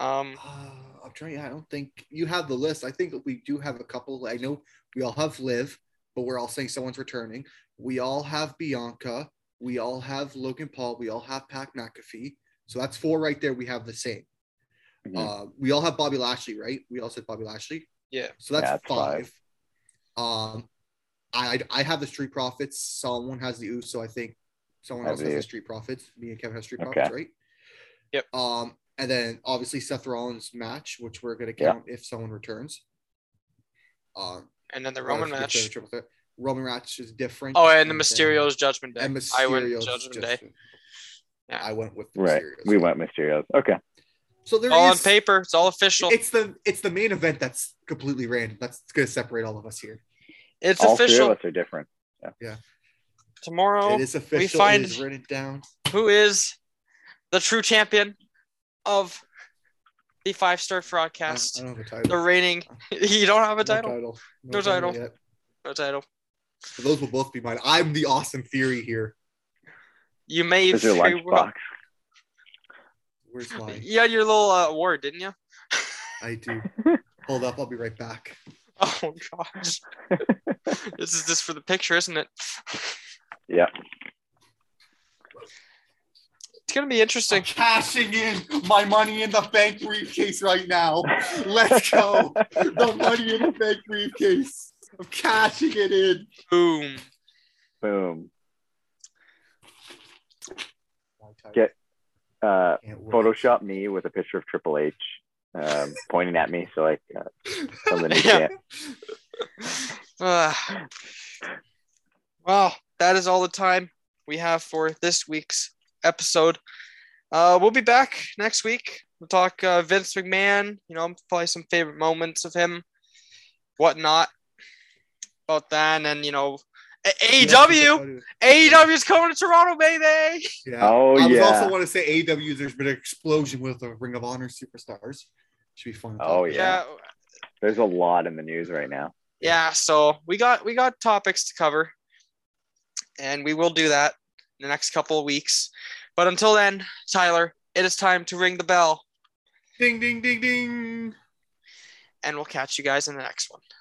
[SPEAKER 1] Um,
[SPEAKER 2] Uh, (sighs) I'm trying. I don't think you have the list. I think we do have a couple. I know we all have Liv, but we're all saying someone's returning. We all have Bianca. We all have Logan Paul. We all have Pat McAfee. So that's four right there. We have the same.
[SPEAKER 3] Mhm.
[SPEAKER 2] Uh, we all have Bobby Lashley, right? We all said Bobby Lashley.
[SPEAKER 1] Yeah.
[SPEAKER 2] So that's,
[SPEAKER 3] Yeah, that's
[SPEAKER 2] five.
[SPEAKER 3] five.
[SPEAKER 2] Um, I I have the Street Profits. Someone has the Uso. I think someone
[SPEAKER 3] I
[SPEAKER 2] else has
[SPEAKER 3] do.
[SPEAKER 2] the Street Profits. Me and Kevin have Street
[SPEAKER 3] Okay.
[SPEAKER 2] Profits, right?
[SPEAKER 1] Yep.
[SPEAKER 2] Um, and then obviously Seth Rollins match, which we're gonna
[SPEAKER 3] Yeah.
[SPEAKER 2] count if someone returns. Um,
[SPEAKER 1] and then the
[SPEAKER 2] or if
[SPEAKER 1] Roman
[SPEAKER 2] we consider
[SPEAKER 1] match.
[SPEAKER 2] triple threat. Roman match is different.
[SPEAKER 1] Oh, and the
[SPEAKER 2] then-
[SPEAKER 1] Mysterio's Judgment Day.
[SPEAKER 2] And
[SPEAKER 1] I went
[SPEAKER 2] Mysterio's
[SPEAKER 1] Judgment Day.
[SPEAKER 2] Judgment.
[SPEAKER 1] Yeah.
[SPEAKER 2] I went with the
[SPEAKER 3] Right.
[SPEAKER 2] Mysterio's.
[SPEAKER 3] We went Mysterios. Okay.
[SPEAKER 2] So there
[SPEAKER 1] All on
[SPEAKER 2] is-
[SPEAKER 1] paper. It's all official. It's,
[SPEAKER 2] It's the it's the main event that's completely random. That's gonna separate all of us here.
[SPEAKER 3] All
[SPEAKER 1] official
[SPEAKER 3] three of us are different.
[SPEAKER 1] tomorrow.
[SPEAKER 2] it is official.
[SPEAKER 1] find-
[SPEAKER 2] it is written down.
[SPEAKER 1] Who is the true champion of the five star
[SPEAKER 2] I
[SPEAKER 1] broadcast?
[SPEAKER 2] don't, I don't have a
[SPEAKER 1] The
[SPEAKER 2] title.
[SPEAKER 1] reigning. (laughs) you don't have a title.
[SPEAKER 2] No title.
[SPEAKER 1] No title.
[SPEAKER 2] yet.
[SPEAKER 1] No title.
[SPEAKER 2] So those will both be mine. I'm the awesome theory here.
[SPEAKER 1] You may
[SPEAKER 3] Is your
[SPEAKER 1] very well.
[SPEAKER 3] lunchbox?
[SPEAKER 2] Where's mine?
[SPEAKER 1] You had your little uh, award, didn't you? (laughs)
[SPEAKER 2] I do. Hold up. I'll be right back.
[SPEAKER 1] Oh
[SPEAKER 3] (laughs)
[SPEAKER 1] gosh. this is just for the picture, isn't it?
[SPEAKER 3] Yeah.
[SPEAKER 1] It's gonna be interesting.
[SPEAKER 2] cashing in my money in the bank briefcase right now.
[SPEAKER 3] (laughs)
[SPEAKER 2] Let's go. the money in the bank briefcase. I'm cashing it in.
[SPEAKER 1] Boom.
[SPEAKER 3] Boom. Get- Uh,
[SPEAKER 2] Can't wait.
[SPEAKER 3] Photoshop me with a picture of Triple H um, pointing at me, so like uh, something you
[SPEAKER 1] (laughs) Yeah.
[SPEAKER 3] can't.
[SPEAKER 1] Uh, well, that is all the time we have for this week's episode. Uh, we'll be back next week. We'll talk uh, Vince McMahon. You know, probably some favorite moments of him, whatnot about that, and then you know, A- E AEW. AEW E is coming to Toronto, baby.
[SPEAKER 2] Yeah.
[SPEAKER 3] Oh
[SPEAKER 2] I was
[SPEAKER 3] yeah.
[SPEAKER 2] also want to say AW. There's been an explosion with the Ring of Honor superstars. Should be fun. to talk
[SPEAKER 3] Oh,
[SPEAKER 2] about.
[SPEAKER 1] Yeah.
[SPEAKER 3] Yeah. There's a lot in the news right now.
[SPEAKER 1] yeah so we got we got topics to cover and we will do that in the next couple of weeks but until then tyler it is time to ring the bell
[SPEAKER 2] Ding ding ding ding.
[SPEAKER 1] and we'll catch you guys in the next one